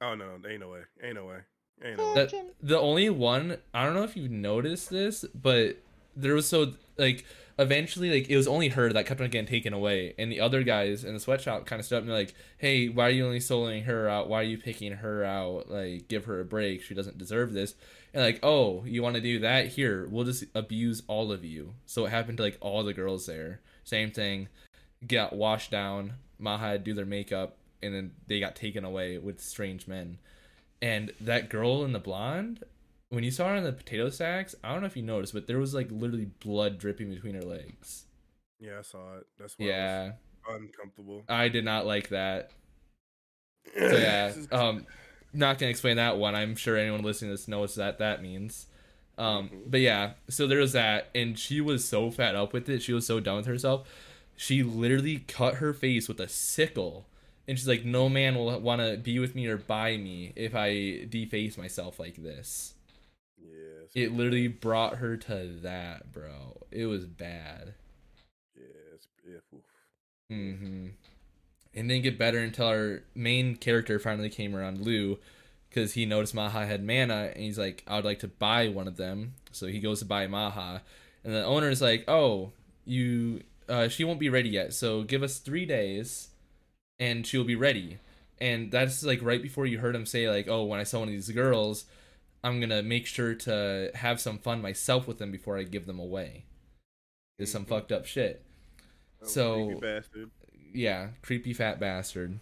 C: no. Oh no, ain't no way. Ain't no way. Ain't no. way.
B: That, the only one I don't know if you noticed this, but there was so like eventually like it was only her that kept on getting taken away, and the other guys in the sweatshop kind of stood up and they're like, "Hey, why are you only soloing her out? Why are you picking her out? Like, give her a break. She doesn't deserve this." And like, "Oh, you want to do that? Here, we'll just abuse all of you." So it happened to like all the girls there. Same thing, got washed down. Maha had to do their makeup, and then they got taken away with strange men. And that girl in the blonde, when you saw her in the potato sacks, I don't know if you noticed, but there was like literally blood dripping between her legs.
C: Yeah, I saw it. That's why yeah.
B: yeah,
C: I was uncomfortable.
B: I did not like that. So yeah,
C: This is-
B: um, not gonna explain that one. I'm sure anyone listening to this knows that that means. Um,
C: Mhm.
B: but yeah, so there was that, and she was so fed up with it. She was so done with herself. She literally cut her face with a sickle, and she's like, "No man will want to be with me or buy me if I deface myself like this."
C: yeah. it's pretty
B: It
C: bad.
B: literally brought her to that, bro. It was bad.
C: Yeah. It's, yeah oof.
B: Mm-hmm. And didn't get better until our main character finally came around, Lou, because he noticed Maha had mana, and he's like, "I would like to buy one of them." So he goes to buy Maha, and the owner is like, "Oh, you, uh, she won't be ready yet. So give us three days, and she'll be ready." And that's like right before you heard him say, like, "Oh, when I sell one of these girls, I'm gonna make sure to have some fun myself with them before I give them away." Is some
C: Mhm.
B: fucked up shit.
C: That was
B: So-
C: creepy bastard.
B: yeah, creepy fat bastard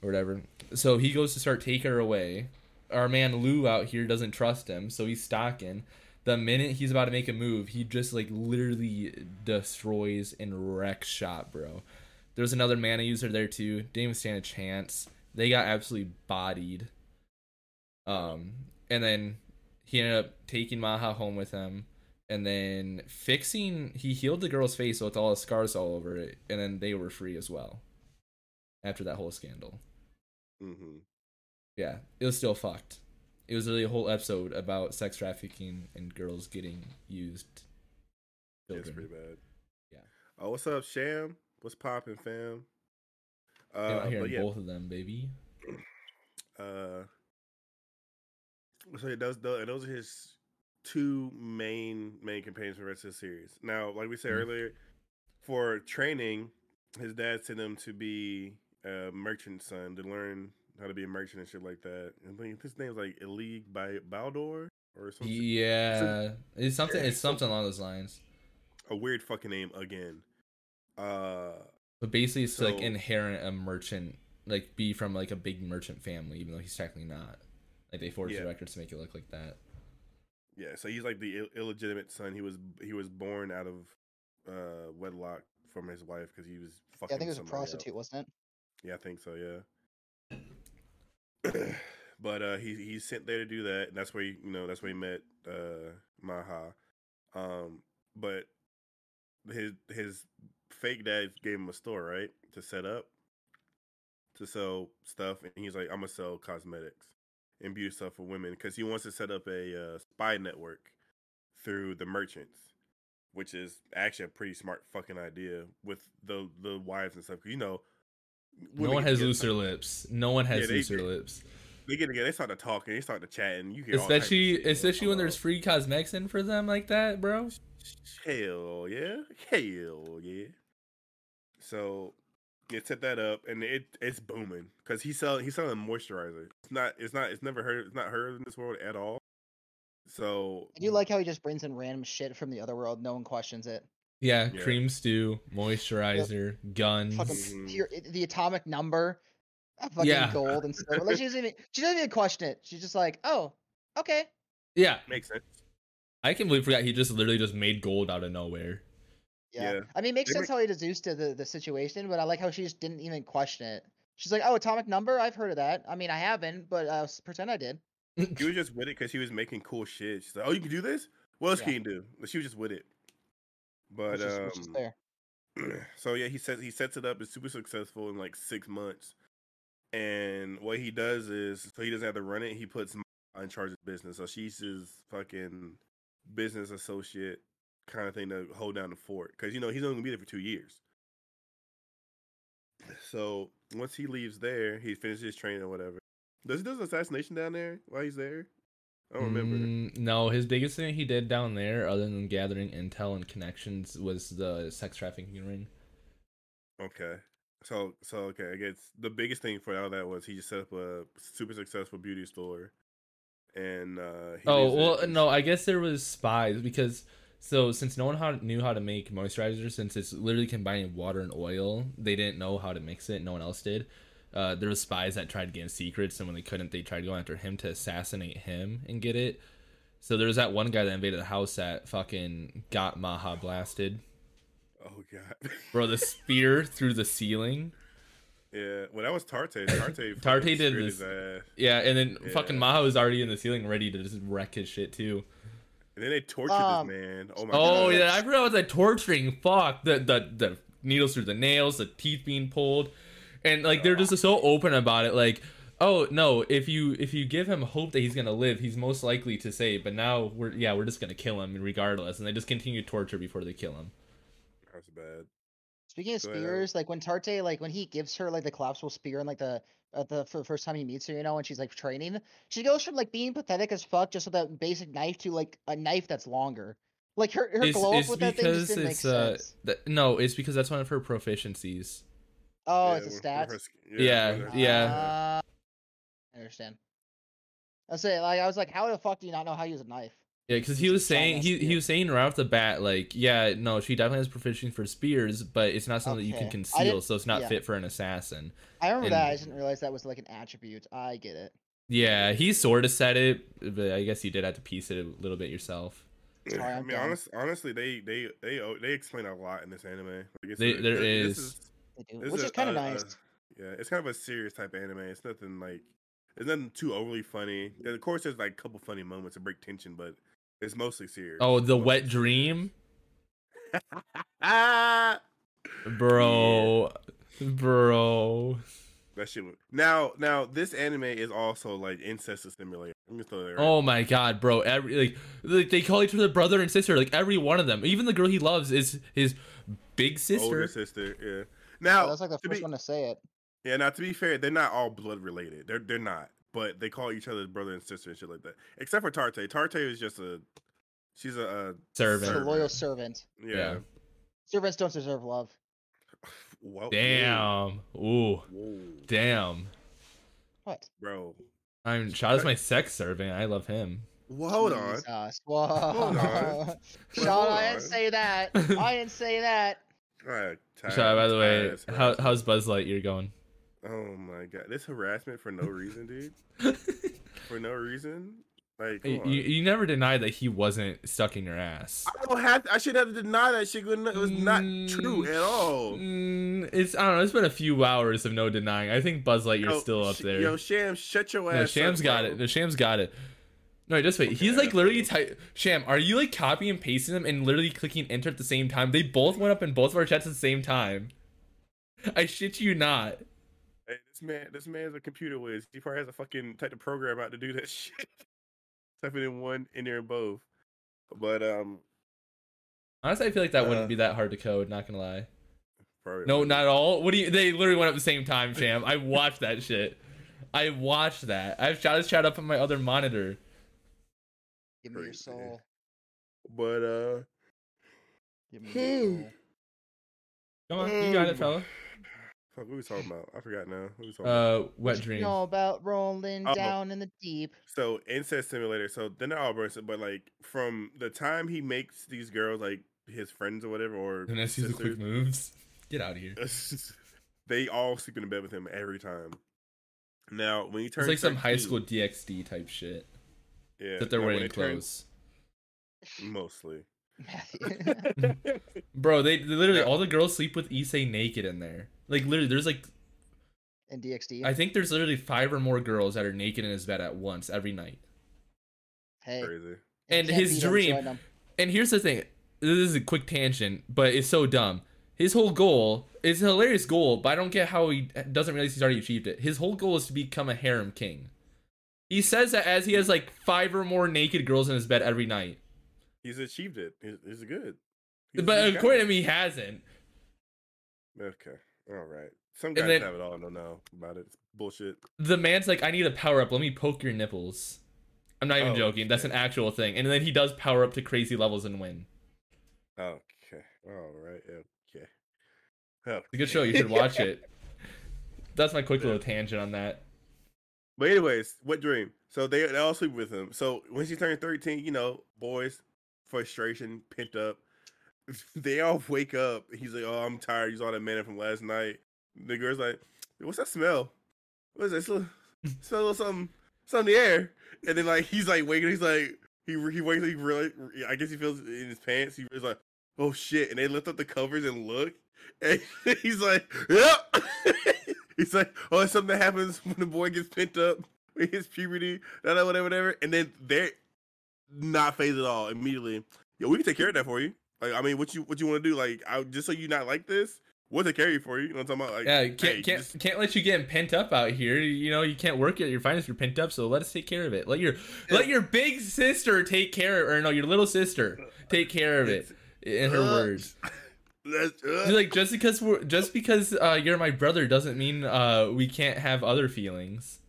B: or whatever. So he goes to start taking her away. Our man Lou out here doesn't trust him, so he's stalking. The minute he's about to make a move, he just like literally destroys and wrecks shop, bro. There's another mana user there too. Didn't even stand a chance. They got absolutely bodied. Um, and then he ended up taking Maha home with him, and then fixing. He healed the girl's face with all the scars all over it, and then they were free as well. After that whole scandal,
C: Mm-hmm.
B: yeah, it was still fucked. It was really a whole episode about sex trafficking and girls getting used.
C: It's
B: children.
C: pretty bad.
B: Yeah.
C: Oh, what's up, Sham? What's poppin', fam?
B: Came
C: Uh,
B: out here
C: but
B: in
C: yeah,
B: both of them, baby.
C: uh, so yeah, those, those, those are his two main main companions for the rest of the series. Now, like we said
B: Mhm.
C: earlier, for training, his dad sent him to be a merchant son to learn how to be a merchant and shit like that. And I think his name's like Elig by Baldor or something.
B: Yeah, it's something. It's something along those lines.
C: A weird fucking name again. Uh,
B: But basically, it's to, like
C: So-
B: inherent a merchant, like be from like a big merchant family, even though he's technically not. Like they forged
C: Yeah.
B: the records to make it look like that.
C: Yeah, so he's like the Ill- illegitimate son. He was he was born out of uh wedlock from his wife because he was fucking.
D: Yeah, I think it was a
C: somebody else.
D: prostitute, wasn't it?
C: Yeah, I think so. Yeah. but uh, he he's sent there to do that, and that's where he, you know that's where he met uh, Maha. Um, but his his fake dad gave him a store right to set up to sell stuff, and he's like, I'm gonna sell cosmetics and beauty stuff for women because he wants to set up a uh, spy network through the merchants. Which is actually a pretty smart fucking idea with the the wives and stuff. 'Cause, You know,
B: No
C: women
B: one
C: get
B: has
C: together-
B: looser lips. No one has
C: Yeah, they-
B: looser lips.
C: they get together, they start to talking, they start to chatting. You hear all types of
B: Especially,
C: shit going
B: especially when
C: on.
B: there's free cosmetics in for them like that, bro.
C: Hell yeah, hell yeah. So, it set that up, and it it's booming because he's selling he's selling moisturizer. It's not it's not it's never heard it's not heard in this world at all. So
D: I do like how he just brings in random shit from the other world. No one questions it.
B: Yeah,
C: Yeah.
B: cream stew, moisturizer,
D: Fucking
B: guns.
C: Mhm.
D: pure, i- the atomic number, uh, fucking
B: Yeah.
D: gold and silver. Like she doesn't even she doesn't even question it. She's just like, oh, okay.
B: Yeah,
C: makes sense.
B: I can believe forgot he just literally just made gold out of nowhere.
D: Yeah.
C: Yeah.
D: I mean, it makes
C: They
D: sense how he deduced to the, the situation, but I like how she just didn't even question it. She's like, oh, atomic number? I've heard of that. I mean, I haven't, but uh, s- pretend I did.
C: He was just with it because he was making cool shit. She's like, "Oh, you can do this? What else
D: Yeah.
C: can you do?" But she was just with it. But
D: Which is, which is
C: um,
D: fair.
C: so yeah, he sets he sets it up. It's super successful in like six months. And what he does is, so he doesn't have to run it. He puts Ma in charge of business. So she's his fucking business associate kind of thing to hold down the fort because you know he's only gonna be there for two years. So once he leaves there, he finishes his training or whatever. Does he does an assassination down there while he's there? I don't remember.
B: Mm, no, his biggest thing he did down there, other than gathering intel and connections, was the sex trafficking ring.
C: Okay. So so okay, I guess the biggest thing for all that was he just set up a super successful beauty store. And uh he
B: Oh
C: uses it
B: well,
C: as-
B: no, I guess there was spies because so since no one how, knew how to make moisturizer, since it's literally combining water and oil, they didn't know how to mix it. No one else did. Uh, there was spies that tried getting secrets, and when they couldn't, they tried going after him to assassinate him and get it. So there was that one guy that invaded the house that fucking got Maha blasted,
C: Oh god.
B: bro. The spear through the ceiling.
C: yeah. Well that was Tarte. Tarte
B: Tarte did
C: this.
B: this. Yeah, and then fucking
C: Yeah.
B: Maha was already in the ceiling, ready to just wreck his shit too.
C: And then they tortured
D: Um,
C: this man. Oh my god.
B: Oh yeah, I forgot about that torturing. Fuck the the the needles through the nails, the teeth being pulled, and like they're just so open about it. Like, oh no, if you if you give him hope that he's gonna live, he's most likely to say. But now we're yeah, we're just gonna kill him regardless, and they just continue to torture before they kill him.
C: That's bad.
D: Speaking of
C: Go ahead, Alex.
D: spears, like when Tarte, like when he gives her like the collapsible spear and like the uh, the for the first time he meets her, you know, when she's like training, she goes from like being pathetic as fuck just with that basic knife to like a knife that's longer. Like her her
B: It's,
D: glow up
B: it's
D: with that thing just
B: because
D: didn't make
B: it's uh
D: sense.
B: th- no, it's because that's one of her proficiencies.
D: Oh,
C: Yeah,
D: it's
C: when-
D: a
C: when
D: stat. Ah,
C: her sk-
B: Yeah,
C: when her-
B: yeah.
D: Uh, I understand. I say like I was like, how the fuck do you not know how to use a knife?
B: Yeah, because he
D: He's a
B: was saying
D: strong-ass
B: he, he
D: spear.
B: was saying right off the bat, like, yeah, no, she definitely has proficiency for spears, but it's not something that you can
D: Okay. I didn't-
B: conceal, so it's not
D: yeah.
B: fit for an assassin.
D: I remember
B: And-
D: that. I didn't realize that was like an attribute. I get it.
B: Yeah, he sort of said it, but I guess you did have to piece it a little bit yourself.
D: Sorry,
C: I
D: I'm
C: mean,
D: done.
C: honest, honestly, they they they o- they explain a lot in this anime. Like it's
B: They- there
C: this
B: is.
D: They do,
C: this
D: which
C: a-
D: is kind
C: a-
D: of
C: a-
D: nice.
C: yeah, it's kind of a serious type of anime. It's nothing like it's nothing too overly funny. There- Of course, there's like a couple funny moments to break tension, but it's mostly serious.
B: Oh, the
C: Most-
B: wet dream,
C: ah.
B: bro, bro.
C: That shit. Was... Now, now this anime is also like incest simulator. I'm gonna throw that. Right
B: Oh my god, bro! Every like, like they call each other brother and sister. Like every one of them, even the girl he loves is his big
C: now. older
B: sister.
C: sister. Yeah.
D: That
C: Now,
D: was like the
C: to
D: first
C: be-
D: one to say it.
C: yeah. Now, to be fair, they're not all blood related. They're they're not. But they call each other brother and sister and shit like that. Except for Tarte. Tarte is just a. She's a. uh
B: Servant.
D: She's a loyal servant.
C: yeah.
B: Yeah.
D: Servants don't deserve love.
C: Whoa,
B: Damn. Ooh.
C: Whoa,
B: Damn.
D: What?
C: bro.
B: I'm shout out to my sex servant. I love him.
C: Well, hold on.
D: Jesus.
C: on.
D: Whoa.
C: Well,
D: Sean,
C: hold
D: I didn't
C: on.
D: say that. I didn't say that.
C: God, tired-
B: Shout out, by the way,
C: tired of this
B: how,
C: harassment.
B: how's Buzz Lightyear going?
C: Oh my god, this harassment for no reason, dude. For no reason. Like, come
B: you,
C: on.
B: you you never denied that he wasn't stuck in your ass.
C: I don't have. I should have denied that shit. couldn't- It was not true
B: Mm.
C: at all.
B: Mm, it's I don't know. It's been a few hours of no denying. I think Buzz Lightyear's
C: Yo,
B: still up
C: sh-
B: there.
C: Yo, Sham, shut your ass.
B: no, Sham's
C: up,
B: got
C: bro.
B: it. No, Sham's got it. No, just wait. He's like
C: Okay.
B: literally type. Sham, are you like copying and pasting them and literally clicking enter at the same time? They both went up in both of our chats at the same time. I shit you not.
C: Hey, this man, this man's a computer whiz. He probably has a fucking type of program out to do that shit. Type it in one in there in both. But um,
B: Honestly, I feel like that
C: Uh.
B: wouldn't be that hard to code. Not gonna lie.
C: probably
B: No, not at all. What do you? They literally went up at the same time, Sham. I watched that shit. I watched that. I've shot his chat up on my other monitor.
D: Give me your
C: Crazy.
D: soul.
C: But uh,
D: Give me your soul.
B: Come on, you got it,
C: Mm.
B: fella.
C: fuck, what we talking about? I forgot now. What we talking about?
B: Uh,
D: What
B: wet
D: you
B: dream.
D: know about rolling
C: Oh.
D: down in the deep?
C: So incest simulator. So they're not all brothers, but like from the time he makes these girls like his friends or whatever, or
B: And I see the
C: sisters,
B: quick moves. Get out of here.
C: they all sleep in the bed with him every time. Now when he
B: It's
C: turns,
B: like some high
C: 13
B: school DxD type shit
C: yeah,
B: that they're
C: now when
B: wearing
C: he turns-
B: clothes.
C: mostly.
D: Matthew.
B: Bro, they, they literally
C: Yeah.
B: all the girls sleep with Issei naked in there. Like literally, there's like
D: in DXD.
B: I think there's literally five or more girls that are naked in his bed at once every night.
D: hey, you
C: Crazy.
B: And
D: can't
B: his
D: beat 'em,
B: dream-
D: join 'em.
B: And here's the thing. This is a quick tangent, but it's so dumb. His whole goal is a hilarious goal, but I don't get how he doesn't realize he's already achieved it. His whole goal is to become a harem king. He says that as he has like five or more naked girls in his bed every night.
C: He's achieved it. He's, he's good. He's- he's
B: But
C: got
B: according
C: it.
B: to me, he hasn't.
C: okay, all right. Some
B: And
C: guys
B: then-
C: have it all. and Don't know about it. It's bullshit.
B: The man's like, I need a power up. Let me poke your nipples. I'm not even
C: Oh,
B: joking. That's an
C: shit.
B: actual thing. And then he does power up to crazy levels and win.
C: Okay, all right. Okay.
B: It's a good show. You should watch it. That's my quick little tangent on that.
C: But anyways, what dream? So they they all sleep with him. So when she turned thirteen, you know, boys, frustration, pent up. They all wake up. He's like, "Oh, I'm tired. Use all that manna from last night." The girl's like, "What's that smell? What's that smell? smell a little something, something in the air?" And then like he's like waking. He's like he he wakes. He really, I guess he feels it in his pants. He was like, "Oh shit!" And they lift up the covers and look, and he's like, "Yep." he's like, "Oh, it's something that happens when the boy gets pent up." with his puberty, da, da, whatever, whatever. And then they're not phased at all immediately. Yo, we can take care of that for you. Like, I mean, what you what you want to do? Like, I, just so you not like this, we'll take care of you for you. You know what I'm talking about? Like,
B: Yeah, can't
C: hey,
B: can't,
C: just-
B: can't let you get pent up out here. You know you can't work at your finest. if You're pent up, so let us take care of it. Let your let your big sister take care, or no, your little sister take care of it. In her
C: Uh,
B: words,
C: That's, uh,
B: She's like just because we're, just because uh, you're my brother doesn't mean uh, we can't have other feelings.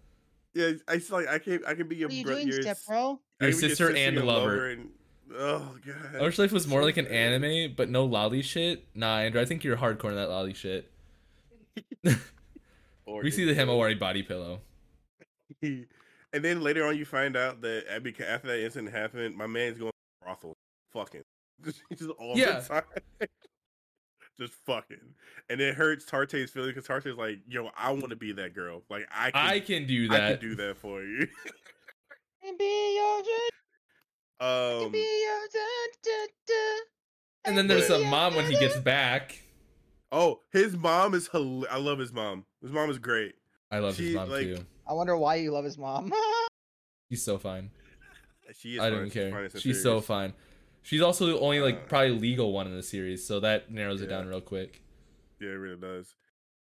C: yeah, I just like I can I can be your
D: What are you
C: bro-
D: doing,
C: your
D: step
C: s-
D: bro?
C: I
B: Your
C: can be
B: sister and
C: your
B: lover.
C: and, oh god.
B: I wish life was more like an anime, but no lolly shit. Nah, Andrew, I think you're hardcore in that lolly shit.
C: Or
B: We see the
C: just-
B: Himawari body pillow.
C: And then later on, you find out that uh, beca- after that incident happened, my man's going to brothel, fucking, just all
B: Yeah.
C: the time, just fucking. And it hurts Tarte's feelings because Tarte's like, "Yo, I want to be that girl. Like, I can,
B: I can do
C: I can
B: that.
C: do that for you."
D: And be your dun-
C: Um,
D: be your dun- dun- dun.
B: and then there's
D: But-
B: a mom when he gets back.
C: oh, his mom is hel- I love his mom. His mom is great.
B: I love his
C: She,
B: mom
C: like-
B: too.
D: I wonder why you love his mom.
B: He's so fine.
C: She is.
B: I
C: fine.
B: don't
C: She's fine
B: care.
C: as a
B: She's so
C: series.
B: fine. She's also the only
C: Uh,
B: like probably legal one in the series, so that narrows it
C: yeah.
B: down real quick.
C: Yeah, it really does.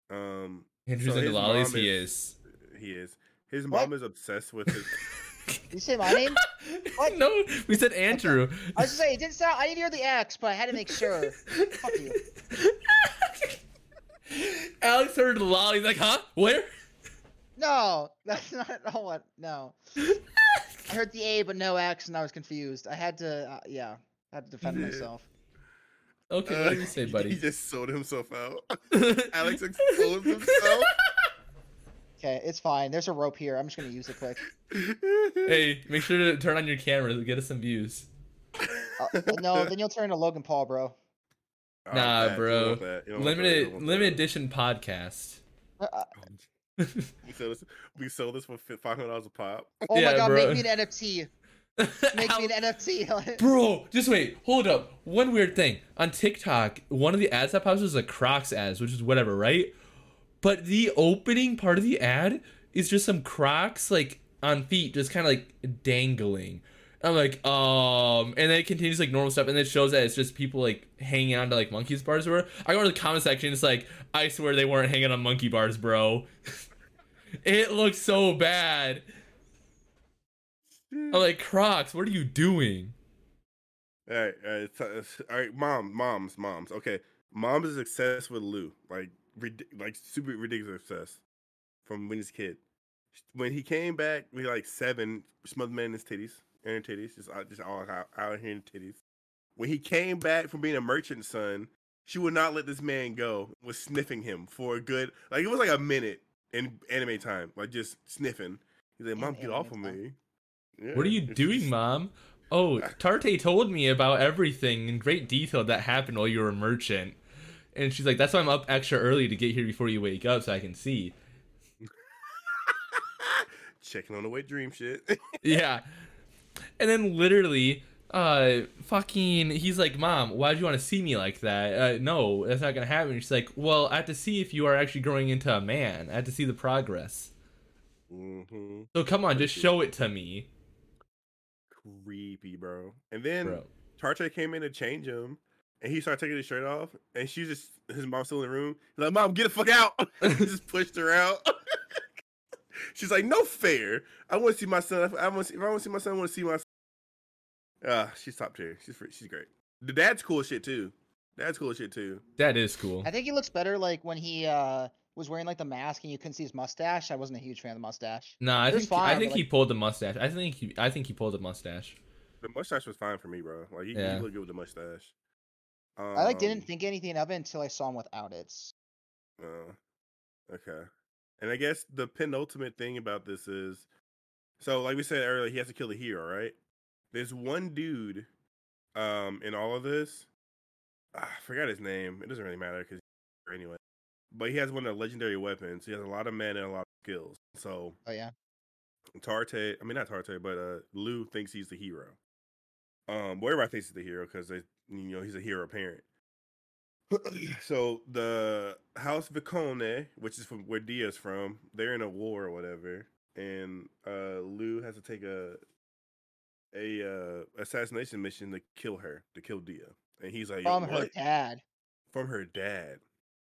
C: Um,
B: Andrews
C: So
B: into
C: his
B: lollies,
C: mom
B: he
C: is-
B: is.
C: he is. His
D: What?
C: mom is obsessed with his.
D: you say my name? What?
B: no, we said Andrew.
D: I was just saying, it didn't sound. I didn't hear the X, but I had to make sure. Fuck you.
B: Alex heard lollies like, huh? Where?
D: No, that's not at all what. No. I heard the A, but no X, and I was confused. I had to, uh, yeah, I had to defend
C: Yeah.
D: myself.
B: Okay,
C: Uh,
B: what did you say,
C: He
B: buddy?
C: just sold himself out. Alex exposed himself.
D: Okay, it's fine. There's a rope here. I'm just gonna use it quick.
B: hey, make sure to turn on your camera to get us some views.
D: Uh, no, then you'll turn into Logan Paul, bro.
C: Oh,
B: Nah,
C: Matt, you
B: bro.
C: want that. You don't want that. You
B: limited
C: don't want
B: limited
C: that.
B: edition podcast.
D: Uh, uh,
C: We sell this. We sell this for five hundred dollars a pop.
D: oh
B: Yeah,
D: my god,
B: bro.
D: make me an NFT. Make me an NFT.
B: Bro, just wait. Hold up. One weird thing on TikTok, one of the ads that pops was a Crocs ads, which is whatever, right? But the opening part of the ad is just some Crocs like on feet, just kind of like dangling. I'm like, um, and then it continues like normal stuff, and it shows that it's just people like hanging on to like monkeys bars. Or whatever. I go to the comment section, it's like, I swear they weren't hanging on monkey bars, bro. it looks so bad. I'm like, Crocs, what are you doing?
C: All right, all right, it's- it's- all right, mom, moms, moms. Okay, moms is obsessed with Lou, like, rid- like super ridiculous obsessed from when he's a kid. When he came back, we like seven, smothered man in his titties, in her titties, just out, just all out, out here in titties. When he came back from being a merchant son, she would not let this man go. Was sniffing him for a good, like it was like a minute in anime time, like just sniffing. He's like,
D: In
C: "Mom, get off of
D: anime time.
C: me."
B: What are
C: Yeah,
B: you
C: it's
B: doing,
C: just-
B: Mom? Oh, Tarte told me about everything in great detail that happened while you were a merchant. And she's like, That's why I'm up extra early to get here before you wake up so I can see.
C: Checking on the wet dream shit.
B: Yeah. And then literally, uh, fucking, he's like, Mom, why'd you want to see me like that? Uh, no, that's not going to happen. And she's like, Well, I have to see if you are actually growing into a man. I have to see the progress.
C: hmm
B: So come on, just show it to me,
C: Creepy, bro. And then
B: bro.
C: Tarte came in to change him, and he started taking his shirt off, and she just his mom's still in the room. He's like, "Mom, get the fuck out!" He just pushed her out. She's like, "No fair. I want to see my son. If I want to see, if I want to see my son, I want to see my." Son. Uh, she's top tier. She's free. she's great. The dad's cool as shit too. Dad's cool as shit too.
B: That is cool.
D: I think he looks better like when he uh was wearing like the mask and you couldn't see his mustache. I wasn't a huge fan of the mustache.
B: Nah, I
D: It was
B: think,
D: fine,
B: I
D: but,
B: think he
D: like-
B: pulled the mustache. I think he, I think he pulled the mustache.
C: The mustache was fine for me, bro. Like he,
B: Yeah.
C: he looked good with the mustache. Um,
D: I like didn't think anything of it until I saw him without it.
C: Uh, okay. And I guess the penultimate thing about this is so like we said earlier, he has to kill the hero, right? There's one dude um in all of this. Ah, I forgot his name. It doesn't really matter because anyway. But he has one of the legendary weapons. He has a lot of mana and a lot of skills. So
D: Oh yeah.
C: Tarte, I mean not Tarte, but uh Lou thinks he's the hero. Um, well, everybody thinks he's the hero because they, you know, he's a hero parent. so the House Vicone, which is from where Dia's from, they're in a war or whatever, and uh Lou has to take a a uh assassination mission to kill her, to kill Dia, and he's like, "Yo,
D: From her
C: what?"
D: dad.
C: from her dad.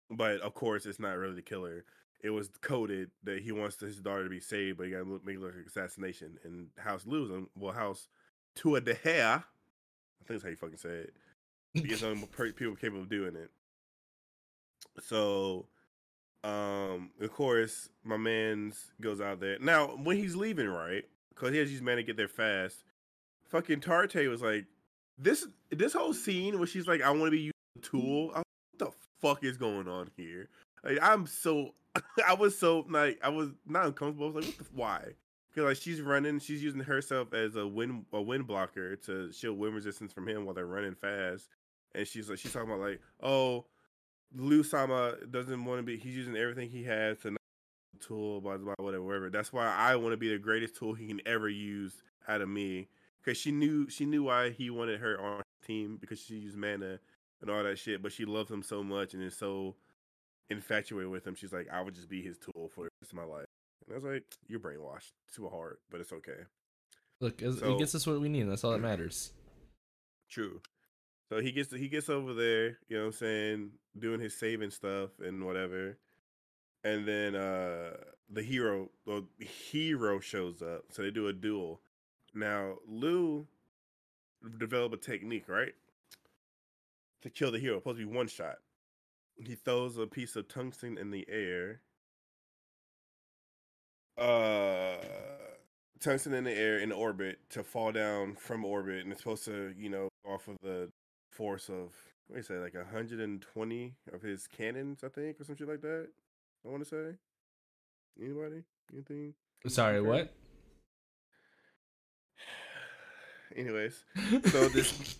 C: But of course, it's not really the killer. It was coded that he wants his daughter to be saved, but he got to make it look like assassination. And House lose him. Well, House Tua de Hair, I think that's how you fucking say it. Because only per- people capable of doing it. So, um, of course, my man's goes out there. Now, when he's leaving, right? Because he has these men to get there fast. Fucking Tarte was like, this this whole scene where she's like, I want to be used as a tool. I what the fuck is going on here? Like, I'm so, I was so like, I was not uncomfortable. I was like, what the, why? Cause like she's running, she's using herself as a wind a wind blocker to shield wind resistance from him while they're running fast. And she's like she's talking about like, oh, Liu Sama doesn't want to be he's using everything he has to not tool, blah blah whatever, whatever. That's why I want to be the greatest tool he can ever use out of me. Cause she knew she knew why he wanted her on her team because she used mana and all that shit, but she loves him so much and is so infatuated with him. She's like, I would just be his tool for the rest of my life. And I was like, you're brainwashed too hard, but it's okay.
B: Look, as,
C: So-
B: it gets us what we need. and That's all that matters.
C: True. So he gets he gets over there, you know what I'm saying, doing his saving stuff and whatever. And then uh the hero the hero shows up. So they do a duel. Now Lou develop a technique, right? To kill the hero. Supposed to be one shot. He throws a piece of tungsten in the air. Uh tungsten in the air in orbit to fall down from orbit and it's supposed to you know off of the force of what do you say like 120 of his cannons i think or some shit like that i want to say anybody anything
B: Sorry,
C: Okay.
B: what?
C: anyways So this-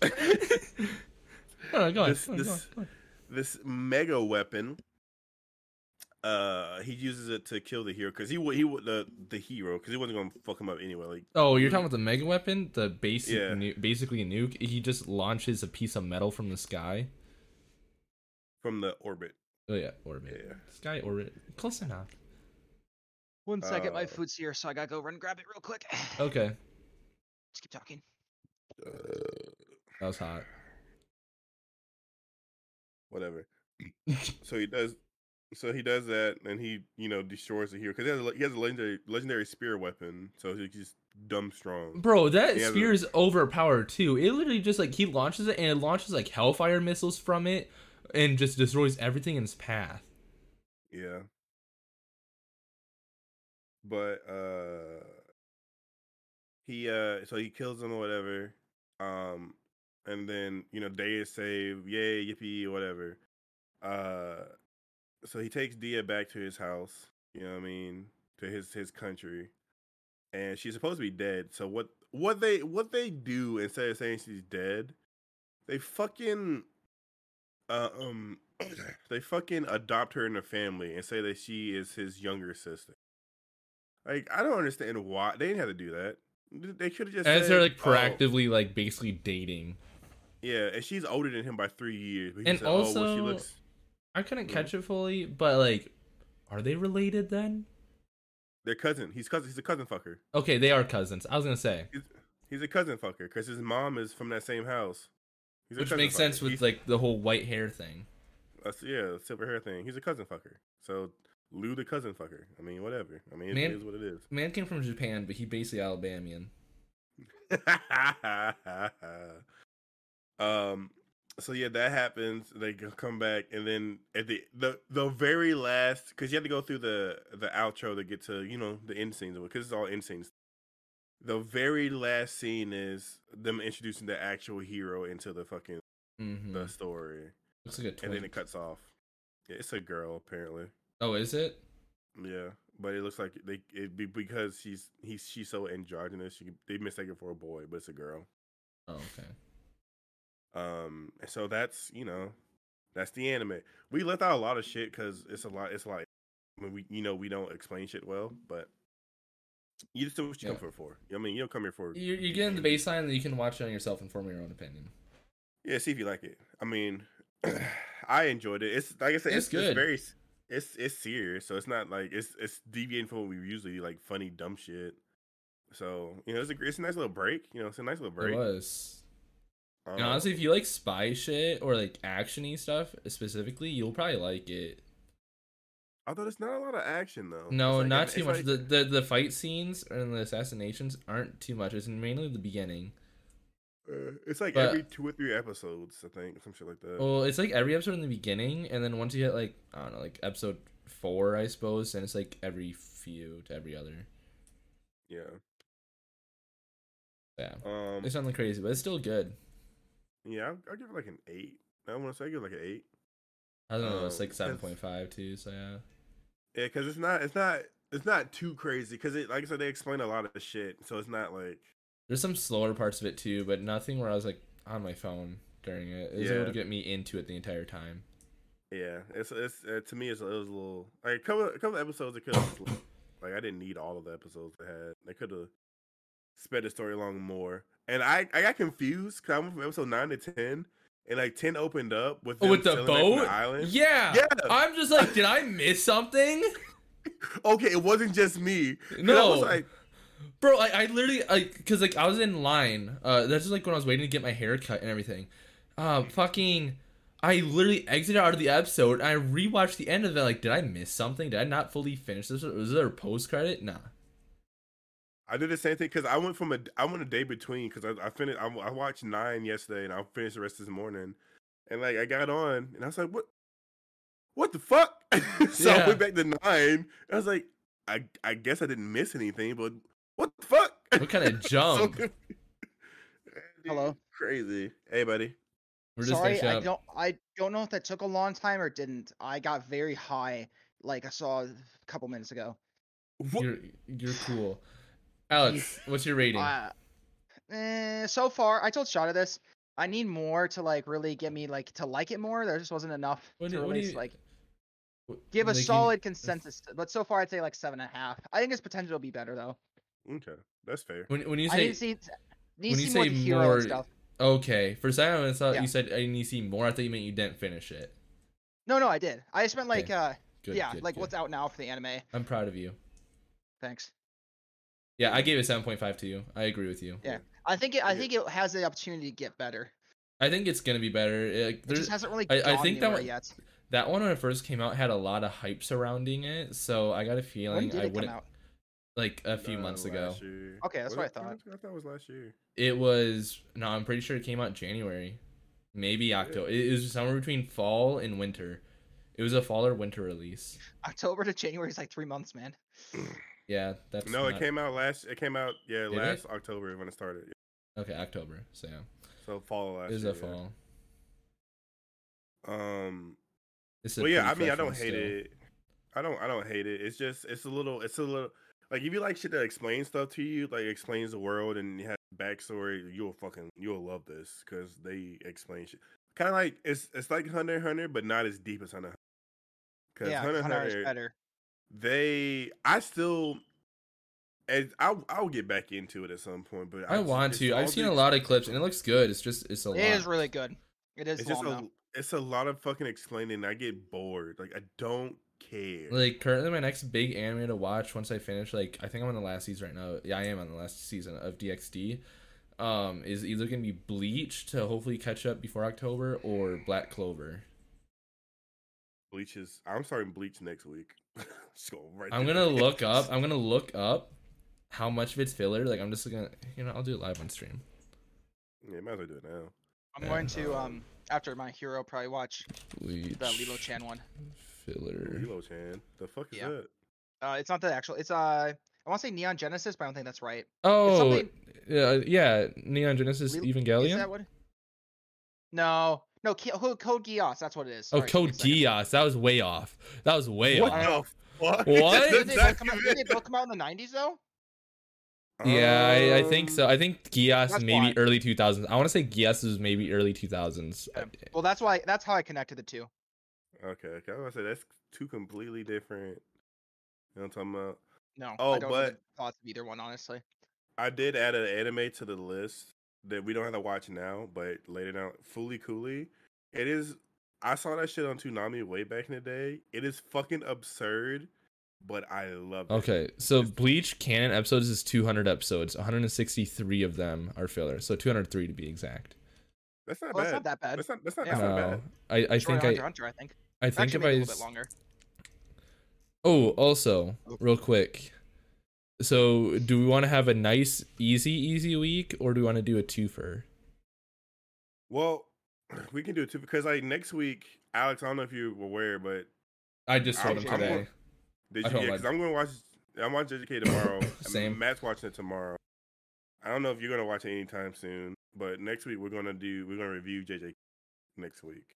B: no, no, go on.
C: This-
B: go on,
C: this-
B: go on, go
C: this mega weapon uh he uses it to kill the hero because he would he would the the hero because he wasn't gonna fuck him up anyway like
B: on. Oh, you're talking about the mega weapon, the basic,
C: Yeah.
B: nu- basically nuke. He just launches a piece of metal from the sky.
C: from the orbit
B: Oh yeah, orbit.
C: Yeah.
B: Sky orbit. Close enough.
D: One second,
C: Uh,
D: my food's here, so I gotta go run and grab it real quick.
B: Okay,
D: Just keep talking.
B: that was hot.
C: whatever so he does so he does that and he you know destroys the hero because he has a, he has a legendary legendary spear weapon so he's just dumb strong
B: Bro, that
C: Yeah, but-
B: spear is overpowered too. It literally just like he launches it and it launches like hellfire missiles from it and just destroys everything in its path.
C: yeah but uh he uh so he kills him or whatever um and then you know day is saved yay yippee whatever uh so he takes dia back to his house you know what i mean to his his country and she's supposed to be dead so what what they what they do instead of saying she's dead they fucking uh, um they fucking adopt her in the family and say that she is his younger sister like i don't understand why they didn't have to do that they could have just
B: As
C: said,
B: they're like
C: "Oh,
B: proactively like basically dating.
C: yeah, and she's older than him by three years. But he
B: And
C: said, oh, well, she
B: also-
C: looks.
B: I couldn't
C: Mm.
B: catch it fully, but like are they related then?
C: They're cousin. He's cousin. He's a cousin fucker.
B: Okay, they are cousins. I was gonna say.
C: He's a cousin fucker because his mom is from that same house. He's a
B: Which
C: cousin
B: makes sense
C: fucker.
B: with
C: He's-
B: like the whole white hair thing.
C: that's- yeah, silver hair thing. He's a cousin fucker. So Lou the cousin fucker. I mean, whatever. I mean, it is
B: Man-
C: what it is.
B: Man came from Japan, but he basically Alabamian.
C: um. So yeah, that happens. They go- come back, and then at the the the very last, because you have to go through the the outro to get to you know the end scenes, because it's all end scenes. The very last scene is them introducing the actual hero into the fucking
B: hmm
C: the story,
B: Looks like a
C: and then
B: twin.
C: it cuts off. Yeah, it's a girl apparently.
B: Oh, is it?
C: Yeah, but it looks like they it be because she's he's she's so androgynous. She, they mistake it for a boy, but it's a girl.
B: Oh, okay.
C: Um, and so that's you know, that's the anime. We left out a lot of shit because it's a lot. It's like when we you know we don't explain shit well, but you just do what you
B: Yeah.
C: come here for. I mean, you don't come here for
B: You're, you're getting the baseline, and you can watch it on yourself and form your own opinion.
C: yeah. See if you like it. I mean, I enjoyed it. It's like I said,
B: It's
C: it's,
B: good.
C: It's very s- it's it's serious, so it's not like it's it's deviating from what we usually do, like funny dumb shit. So you know, it's a gr- it's a nice little break. You know, it's a nice little break.
B: It was. And
C: Um,
B: honestly, if you like spy shit or like actiony stuff specifically, you'll probably like it.
C: although there's not a lot of action though.
B: No,
C: Oh, It's like-
B: not
C: it's
B: too much.
C: like-
B: the, the the fight scenes and the assassinations aren't too much. It's mainly the beginning.
C: Uh, it's like
B: But- Oh,
C: every two or three episodes, I think, some shit like that.
B: Well, it's like every episode in the beginning, and then once you hit like I don't know, like episode four, I suppose, and it's like every few to every other.
C: Yeah.
B: Yeah,
C: Um.
B: it's nothing crazy, but it's still good.
C: Yeah, I give it like an eight. I want to say I give it like an eight.
B: I don't know,
C: Uh,
B: it's like
C: because-
B: seven point five too. So yeah,
C: Yeah, because it's not. It's not. it's not too crazy because it like I said they explain a lot of shit, so it's not like
B: There's some slower parts of it too, but nothing where I was like on my phone during it. It was able
C: Yeah.
B: to get me into it the entire time.
C: yeah. It's it's uh, to me it's, it was a little like a couple a couple episodes it could have like I didn't need all of the episodes they had. They could have sped the story along more. And I I got confused because I went from episode nine to ten, and like ten opened up with
B: Oh,
C: them
B: with the
C: sailing back from
B: boat?
C: island.
B: Yeah.
C: Yeah.
B: I'm just like, did I miss something?
C: Okay, it wasn't just me. 'Cause I was
B: No.
C: like,
B: Bro, I, I literally like cause like I was in line. Uh that's just like when I was waiting to get my hair cut and everything. Uh fucking I literally exited out of the episode and I rewatched the end of it like, did I miss something? Did I not fully finish this? Was there a post credit? Nah.
C: I did the same thing because I went from a I went a day between because I, I finished I, I watched nine yesterday and I finished the rest this morning, and like I got on and I was like, what, what the fuck? so I
B: Yeah.
C: went back to nine. And I was like, I I guess I didn't miss anything, but what the fuck?
B: What kind of
C: So
B: jump?
C: confused.
D: Hello?
C: Dude, crazy. Hey, buddy.
B: We're just
D: Sorry,
B: finishing
D: I
B: up.
D: don't I don't know if that took a long time or didn't. I got very high like I saw a couple minutes ago.
C: Wha-
B: You're you're cool. Alex, what's your rating?
D: Uh, eh, so far, I told Shada this. I need more to like really get me like to like it more. There just wasn't enough
B: What
D: to
B: do- what do
D: release.
B: you-
D: Like,
B: Wh-
D: give a
B: like, you- uh,
D: solid consensus. But so far, I'd say like seven and a half. I think its potential will be better though.
C: Okay, that's fair.
B: When when you
D: I
B: say
D: need to see, need to
B: when you
D: see more
B: say
D: of the hero
B: more-
D: and stuff.
B: okay, for a second I thought
D: Yeah.
B: you said I didn't need to see more. I thought you meant you didn't finish it.
D: No, no, I did. I spent like,
B: Okay.
D: uh,
B: Good.
D: yeah,
B: good,
D: like
B: good.
D: what's out now for the anime.
B: I'm proud of you.
D: Thanks.
B: Yeah, I gave it 7.5 to you. I agree with you.
D: Yeah. I think it. I
C: Yeah.
D: think it has the opportunity to get better.
B: I think it's gonna be better. It- like,
D: It
B: there's-
D: just hasn't really.
B: I- I
D: gone
B: think that
D: anywhere
B: one-
D: yet.
B: that one when it first came out had a lot of hype surrounding it, so I got a
D: When
B: feeling
D: did
B: I
D: it come
B: wouldn't
D: out?
B: like a few
C: Uh,
B: months ago.
C: last year.
D: Okay, that's
C: Was
D: what I
C: it two
D: thought.
C: months ago? I thought it was last year.
B: It was no, I'm pretty sure it came out January, maybe October. It was somewhere between fall and winter. It was a fall or winter release.
D: October to January is like three months, man.
B: Yeah, that's
C: No, it
B: not-
C: came out last. It came out yeah
B: Did it?
C: last October when it started.
B: Okay, October. So yeah,
C: So fall of last
B: it was
C: year.
B: a
C: yeah.
B: fall.
C: Um.
B: It's a
C: Well, yeah.
B: pretty
C: I mean, I
B: fresh
C: don't
B: one
C: hate
B: still.
C: it. I don't. I don't hate it. It's just. It's a little. It's a little. Like if you like shit that explains stuff to you, like explains the world and has backstory, you'll fucking you'll love this because they explain shit. Kind of like it's it's like Hunter x Hunter, but not as deep as Hunter. x Hunter. 'Cause
D: Yeah,
C: Hunter x
D: Hunter
C: Hunter-
D: is better.
C: they I still and I I'll get back into it at some point, but
B: I
C: just-
B: want
C: it's
B: to.
C: all
B: I've seen
C: the-
B: a lot of clips and it looks good. It's just it's a lot.
D: It is really good. It is
C: It's
D: long
C: just
D: though.
C: a it's a lot of fucking explaining. I get bored. Like I don't care.
B: Like currently, my next big anime to watch once I finish, like I think I'm on the last season right now. Yeah, I am on the last season of DxD. Um, is either gonna be Bleach to hopefully catch up before October or Black Clover.
C: Bleach is. I'm starting Bleach next week. just go right.
B: I'm
C: there.
B: gonna look up. I'm gonna look up how much of it's filler. Like I'm just gonna, you know, I'll do it live on stream.
C: Yeah, might as well do it now.
D: I'm
B: Yeah.
D: going to um after my hero probably watch
B: Bleach
D: the Lilo Chan one.
B: filler.
C: Lilo Chan, the fuck is
D: Yeah.
C: that?
D: Uh, it's not the actual. It's uh, I want to say Neon Genesis, but I don't think that's right.
B: Oh,
D: something-
B: yeah, yeah, Neon Genesis
D: Lilo- Is
B: Evangelion.
D: that what? No, no, Ki- Ho- Code Geass. That's what it is.
B: Oh,
D: Sorry, it took me a
B: Code
D: second.
B: Geass. That was way off. That was way
C: What
B: off.
C: the
B: What?
C: fuck? It's a
D: Didn't they, both come out, didn't they
C: document-
D: both come out in the '90s though?
B: Yeah, I, I think
C: Um,
B: so. I think Gias
D: that's
B: maybe
D: why.
B: early 2000s. I want to say Gias was maybe early 2000s.
D: Yeah. Well, that's why. That's how I connected the two.
C: Oh, Okay, okay. I was gonna say that's two completely different. You know what I'm talking about?
D: No,
C: Oh,
D: I don't
C: but-
D: even thoughts of either one, honestly.
C: I did add an anime to the list that we don't have to watch now, but later down, Fully Cooley. It is. I saw that shit on Toonami way back in the day. It is fucking absurd, but I love it.
B: Okay, so Bleach canon episodes is 200 episodes. 163 of them are filler, so 203 to be exact.
C: that's not
D: Well,
C: bad.
D: it's not that bad.
C: That's not. That's not.
D: Yeah.
C: That's not bad.
B: No, I, I
D: Short
B: think
D: Hunter,
B: I
D: Hunter, I think.
B: I think
D: Actually,
B: if
D: maybe a
B: I
D: little bit longer.
B: oh also real quick. So do we want to have a nice easy easy week or do we want to do a twofer?
C: Well, we can do it too because like next week, Alex. I don't know if you were aware, but
B: I just told
C: I'm-
B: him
C: I'm
B: today.
C: did
B: I
C: you?
B: don't
C: Yeah,
B: like-
C: because I'm going to watch. I'm watching JJK tomorrow. and
B: Same.
C: Matt's watching it tomorrow. I don't know if you're going to watch it anytime soon, but next week we're going to do. We're going to review JJK next week.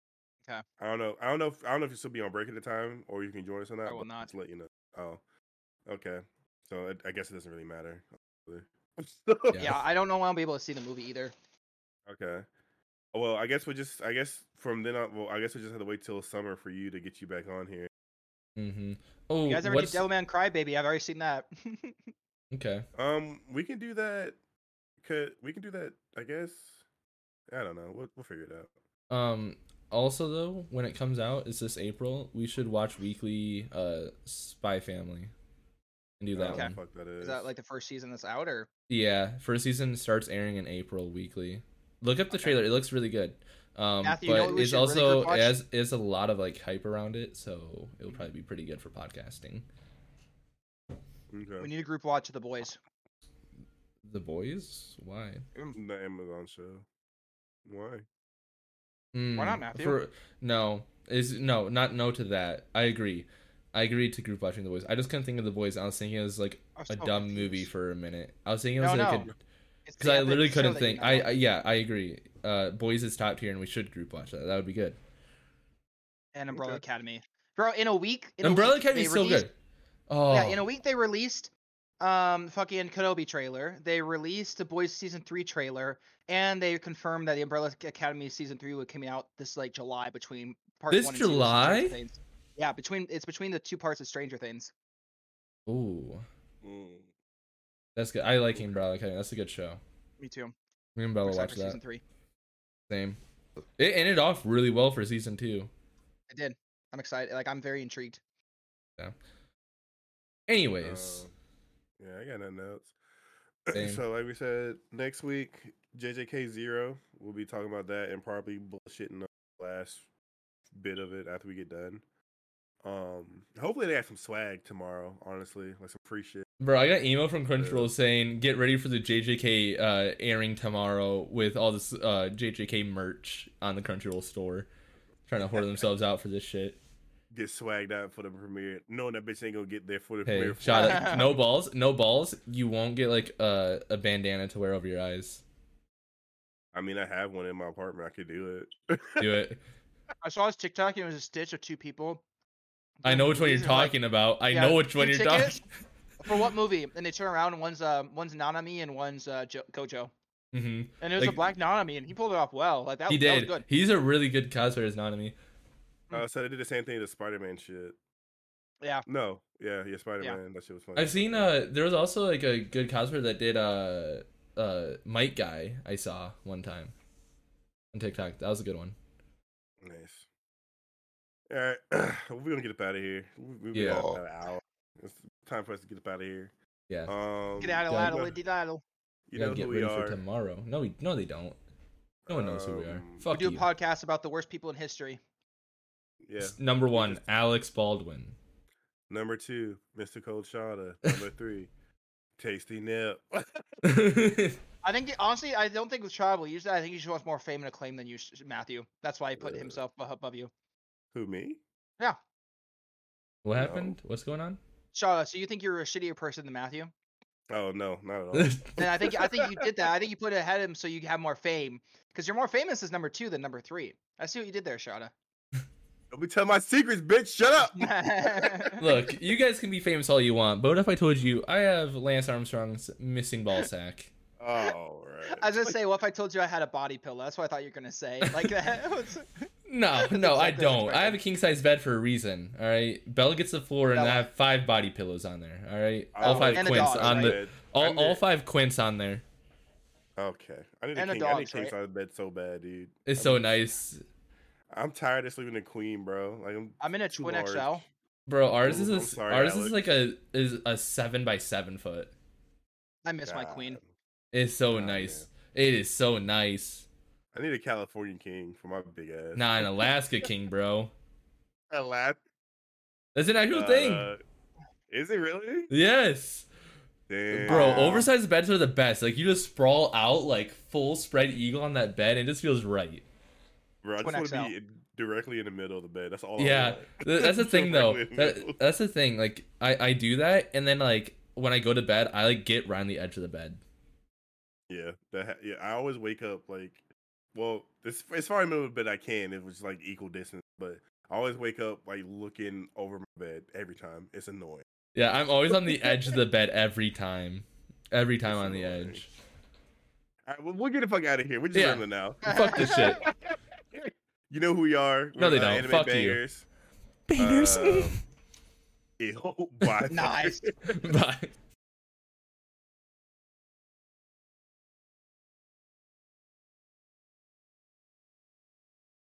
D: Okay.
C: I don't know. I don't know. If, I don't know if you'll still be on break at the time, or you can join us or not.
D: will
C: but
D: not.
C: Just let you know. Oh, Okay, so it, I guess it doesn't really matter.
B: Yeah.
A: Yeah. I don't know when I'll be able to see the movie either.
C: Okay. Well, I guess we just I guess from then on well, I guess we just have to wait till summer for you to get you back on here.
B: Mm-hmm. Oh,
D: You guys ever
B: what's...
D: do Devilman Crybaby? I've already seen that.
B: okay.
C: Um we can do that could we can do that I guess. I don't know. We'll we'll figure it out.
B: Um. Also, though, when it comes out, it's this April. We should watch weekly uh Spy Family, and do
C: I
B: that
C: don't know
B: one.
C: what the fuck that is.
D: Is that like the first season that's out, or
B: Yeah, first season starts airing in April weekly. Look up the
D: Okay.
B: trailer; it looks really good. Um,
D: Matthew, you know
B: but
D: what we
B: it's
D: should really
B: also
D: quick watch?
B: it has it's a lot of like hype around it, so it'll probably be pretty good for podcasting.
C: Okay.
D: we need a group watch of the boys?
B: The boys, why?
C: the Amazon show. Why?
B: Mm,
D: not, Matthew?
B: no, is no, not no to that. I agree. I agree to group watching the boys. I just couldn't think of the boys. I was thinking it was like
D: I was
B: a
D: Oh, so
B: dumb
D: confused.
B: movie for a minute. I was thinking it was
D: No,
B: like
D: no.
B: a
D: It's the
B: because I
D: epic
B: literally
D: show
B: couldn't
D: that you
B: think.
D: know
B: I,
D: of.
B: I yeah, I agree. Uh, boys is top tier, and we should group watch that. That would be good.
D: and Umbrella
C: Okay.
D: Academy, bro. In a week, in a
B: Umbrella
D: week,
B: Academy
D: they
B: is so
D: released-
B: good. Oh
D: Yeah, in a week they released um fucking Kenobi trailer. They released the Boys season three trailer, and they confirmed that the Umbrella Academy season three would come out this like July between part
B: This
D: one and two of Stranger
B: July?
D: Things. Yeah, between it's between the two parts of Stranger Things.
B: Ooh,
C: Mm.
B: that's good. I like Umbrella Academy. That's a good show.
D: Me too.
B: Me and Bella
D: Excited
B: watch
D: for
B: that.
D: season three.
B: Same. It ended off really well for season two.
D: I did. I'm excited. Like I'm very intrigued.
B: Anyways,
C: Um, yeah, I got nothing else.
B: Same.
C: so, like we said, next week, JJK Zero, we'll be talking about that and probably bullshitting the last bit of it after we get done. Um, hopefully they got some swag tomorrow. Honestly, like some free shit.
D: Oh.
B: bro, I got email from Crunchyroll saying get ready for the JJK uh, airing tomorrow with all this uh, JJK merch on the Crunchyroll store, trying to whore themselves out for this shit.
C: Get swagged out for the premiere, knowing that bitch ain't gonna get there for the
B: Hey,
C: premiere.
B: shot it. No balls, no balls. You won't get like a a bandana to wear over your eyes.
C: I mean, I have one in my apartment. I could do it.
B: Do it.
D: I saw this TikTok and it was a stitch of two people.
B: I
D: doing
B: know which one you're
D: movies and, like,
B: talking about. I
D: yeah,
B: know which
D: two
B: one you're talking.
D: tickets for what movie? And they turn around and one's uh one's Nanami and one's uh jo- Gojo.
B: hmm
D: And it was
B: Like-
D: a black Nanami and he pulled it off well. Like that,
B: He
D: that was
B: did.
D: good.
B: He's a really good cosplayer as Nanami.
C: uh, so they did the same thing to Spider Man shit.
D: Hmm. Yeah.
C: No, yeah, yeah, Spider Man. That shit was funny.
B: I've seen uh there was also like a good cosplayer that did uh uh Mike guy I saw one time on TikTok. That was a good one.
C: Nice. All right, we're gonna get up out of here. We- We've been
B: Yeah.
C: out about an hour. It's time for us to get up out of here.
B: Yeah.
C: Um,
D: Get out of
B: Yeah,
D: ladle,
C: you know-
D: liddy daddle.
C: You
B: gotta
C: know
B: get
C: who we
B: ready
C: are.
B: for tomorrow. No, we no they don't. No one knows who we are.
C: Um,
D: We
B: Fuck
D: do a
B: you.
D: podcast about the worst people in history.
C: Yeah.
B: Number one,
C: just-
B: Alex Baldwin.
C: Number two, Mr. Cold Shada. Number three, Tasty Nip.
D: I think honestly, I don't think with Tribe will use that. I think he just wants more fame and acclaim than you, sh- Matthew. That's why he put
C: Uh,
D: himself abo- above you.
C: who me?
B: what happened? What's going on?
D: Shada, so you think you're a shittier person than Matthew?
C: Oh no, not at all.
D: And I think I think you did that. I think you put it ahead of him so you have more fame because you're more famous as number two than number three. I see what you did there, Shada.
C: Don't be telling my secrets, bitch. Shut up.
B: Look, you guys can be famous all you want, but what if I told you I have Lance Armstrong's missing ball sack?
C: All right.
D: I was gonna say, what if I told you I had a body pillow? That's what I thought you were gonna say. Like that. was-
B: No,
D: That's
B: no, I
D: exactly what I
B: don't. I have a king size bed for a reason. All right, Belle gets the floor, and
D: Bella. Oh,
B: I have five body pillows on there. All right,
C: I
B: all
C: was
B: five
D: And a
B: quints
D: dog,
B: on the
C: dead. I
B: all,
C: knew
B: all
C: it.
B: five quints on there.
C: Okay. I need a
D: And a
C: king. I need
D: dog's,
C: king
D: right?
C: size bed so bad, dude.
B: It's
C: I'm-
B: so nice,
C: I'm tired of sleeping in queen, bro. Like I'm.
D: I'm in a
C: too
D: twin
C: large.
D: XL.
B: bro. Ours is
C: Ooh,
B: a,
C: I'm sorry,
B: ours is
C: Alex.
B: like a is a seven by seven foot.
D: I miss my queen.
C: God.
B: It's so
C: Ah,
B: nice. It is so nice.
C: I need a California king for my big ass.
B: Nah, an Alaska king, bro.
C: a lap.
B: That's an actual thing.
C: Uh, Is it really?
B: Yes,
C: Damn.
B: bro. Oversized beds are the best. Like you just sprawl out like full spread eagle on that bed, and it just feels right.
C: Bro, I just
D: Twin
C: want to
D: XL.
C: be in- directly in the middle of the bed. That's all.
B: Yeah,
C: I want.
B: Th- that's the thing though.
C: Directly in the middle.
B: That, that's the thing. Like I, I do that, and then like when I go to bed, I like get around the edge of the bed.
C: yeah, that ha- yeah. I always wake up like, well, as as far in the middle of the bed I can. It was like equal distance, but I always wake up like looking over my bed every time. It's annoying.
B: Yeah, I'm always on the edge of the bed every time. Every time
C: It's
B: on the
C: annoying.
B: edge.
C: All right, well, we'll get the fuck out of here. We're just
B: Yeah.
C: rambling now.
B: Fuck this shit.
C: You know who we are.
B: No,
C: We're,
B: they
C: uh,
B: don't.
C: Anime
B: Fuck you.
C: bangers.
B: Uh, Bangers.
C: Um, ew, bye.
D: Nice.
B: Bye.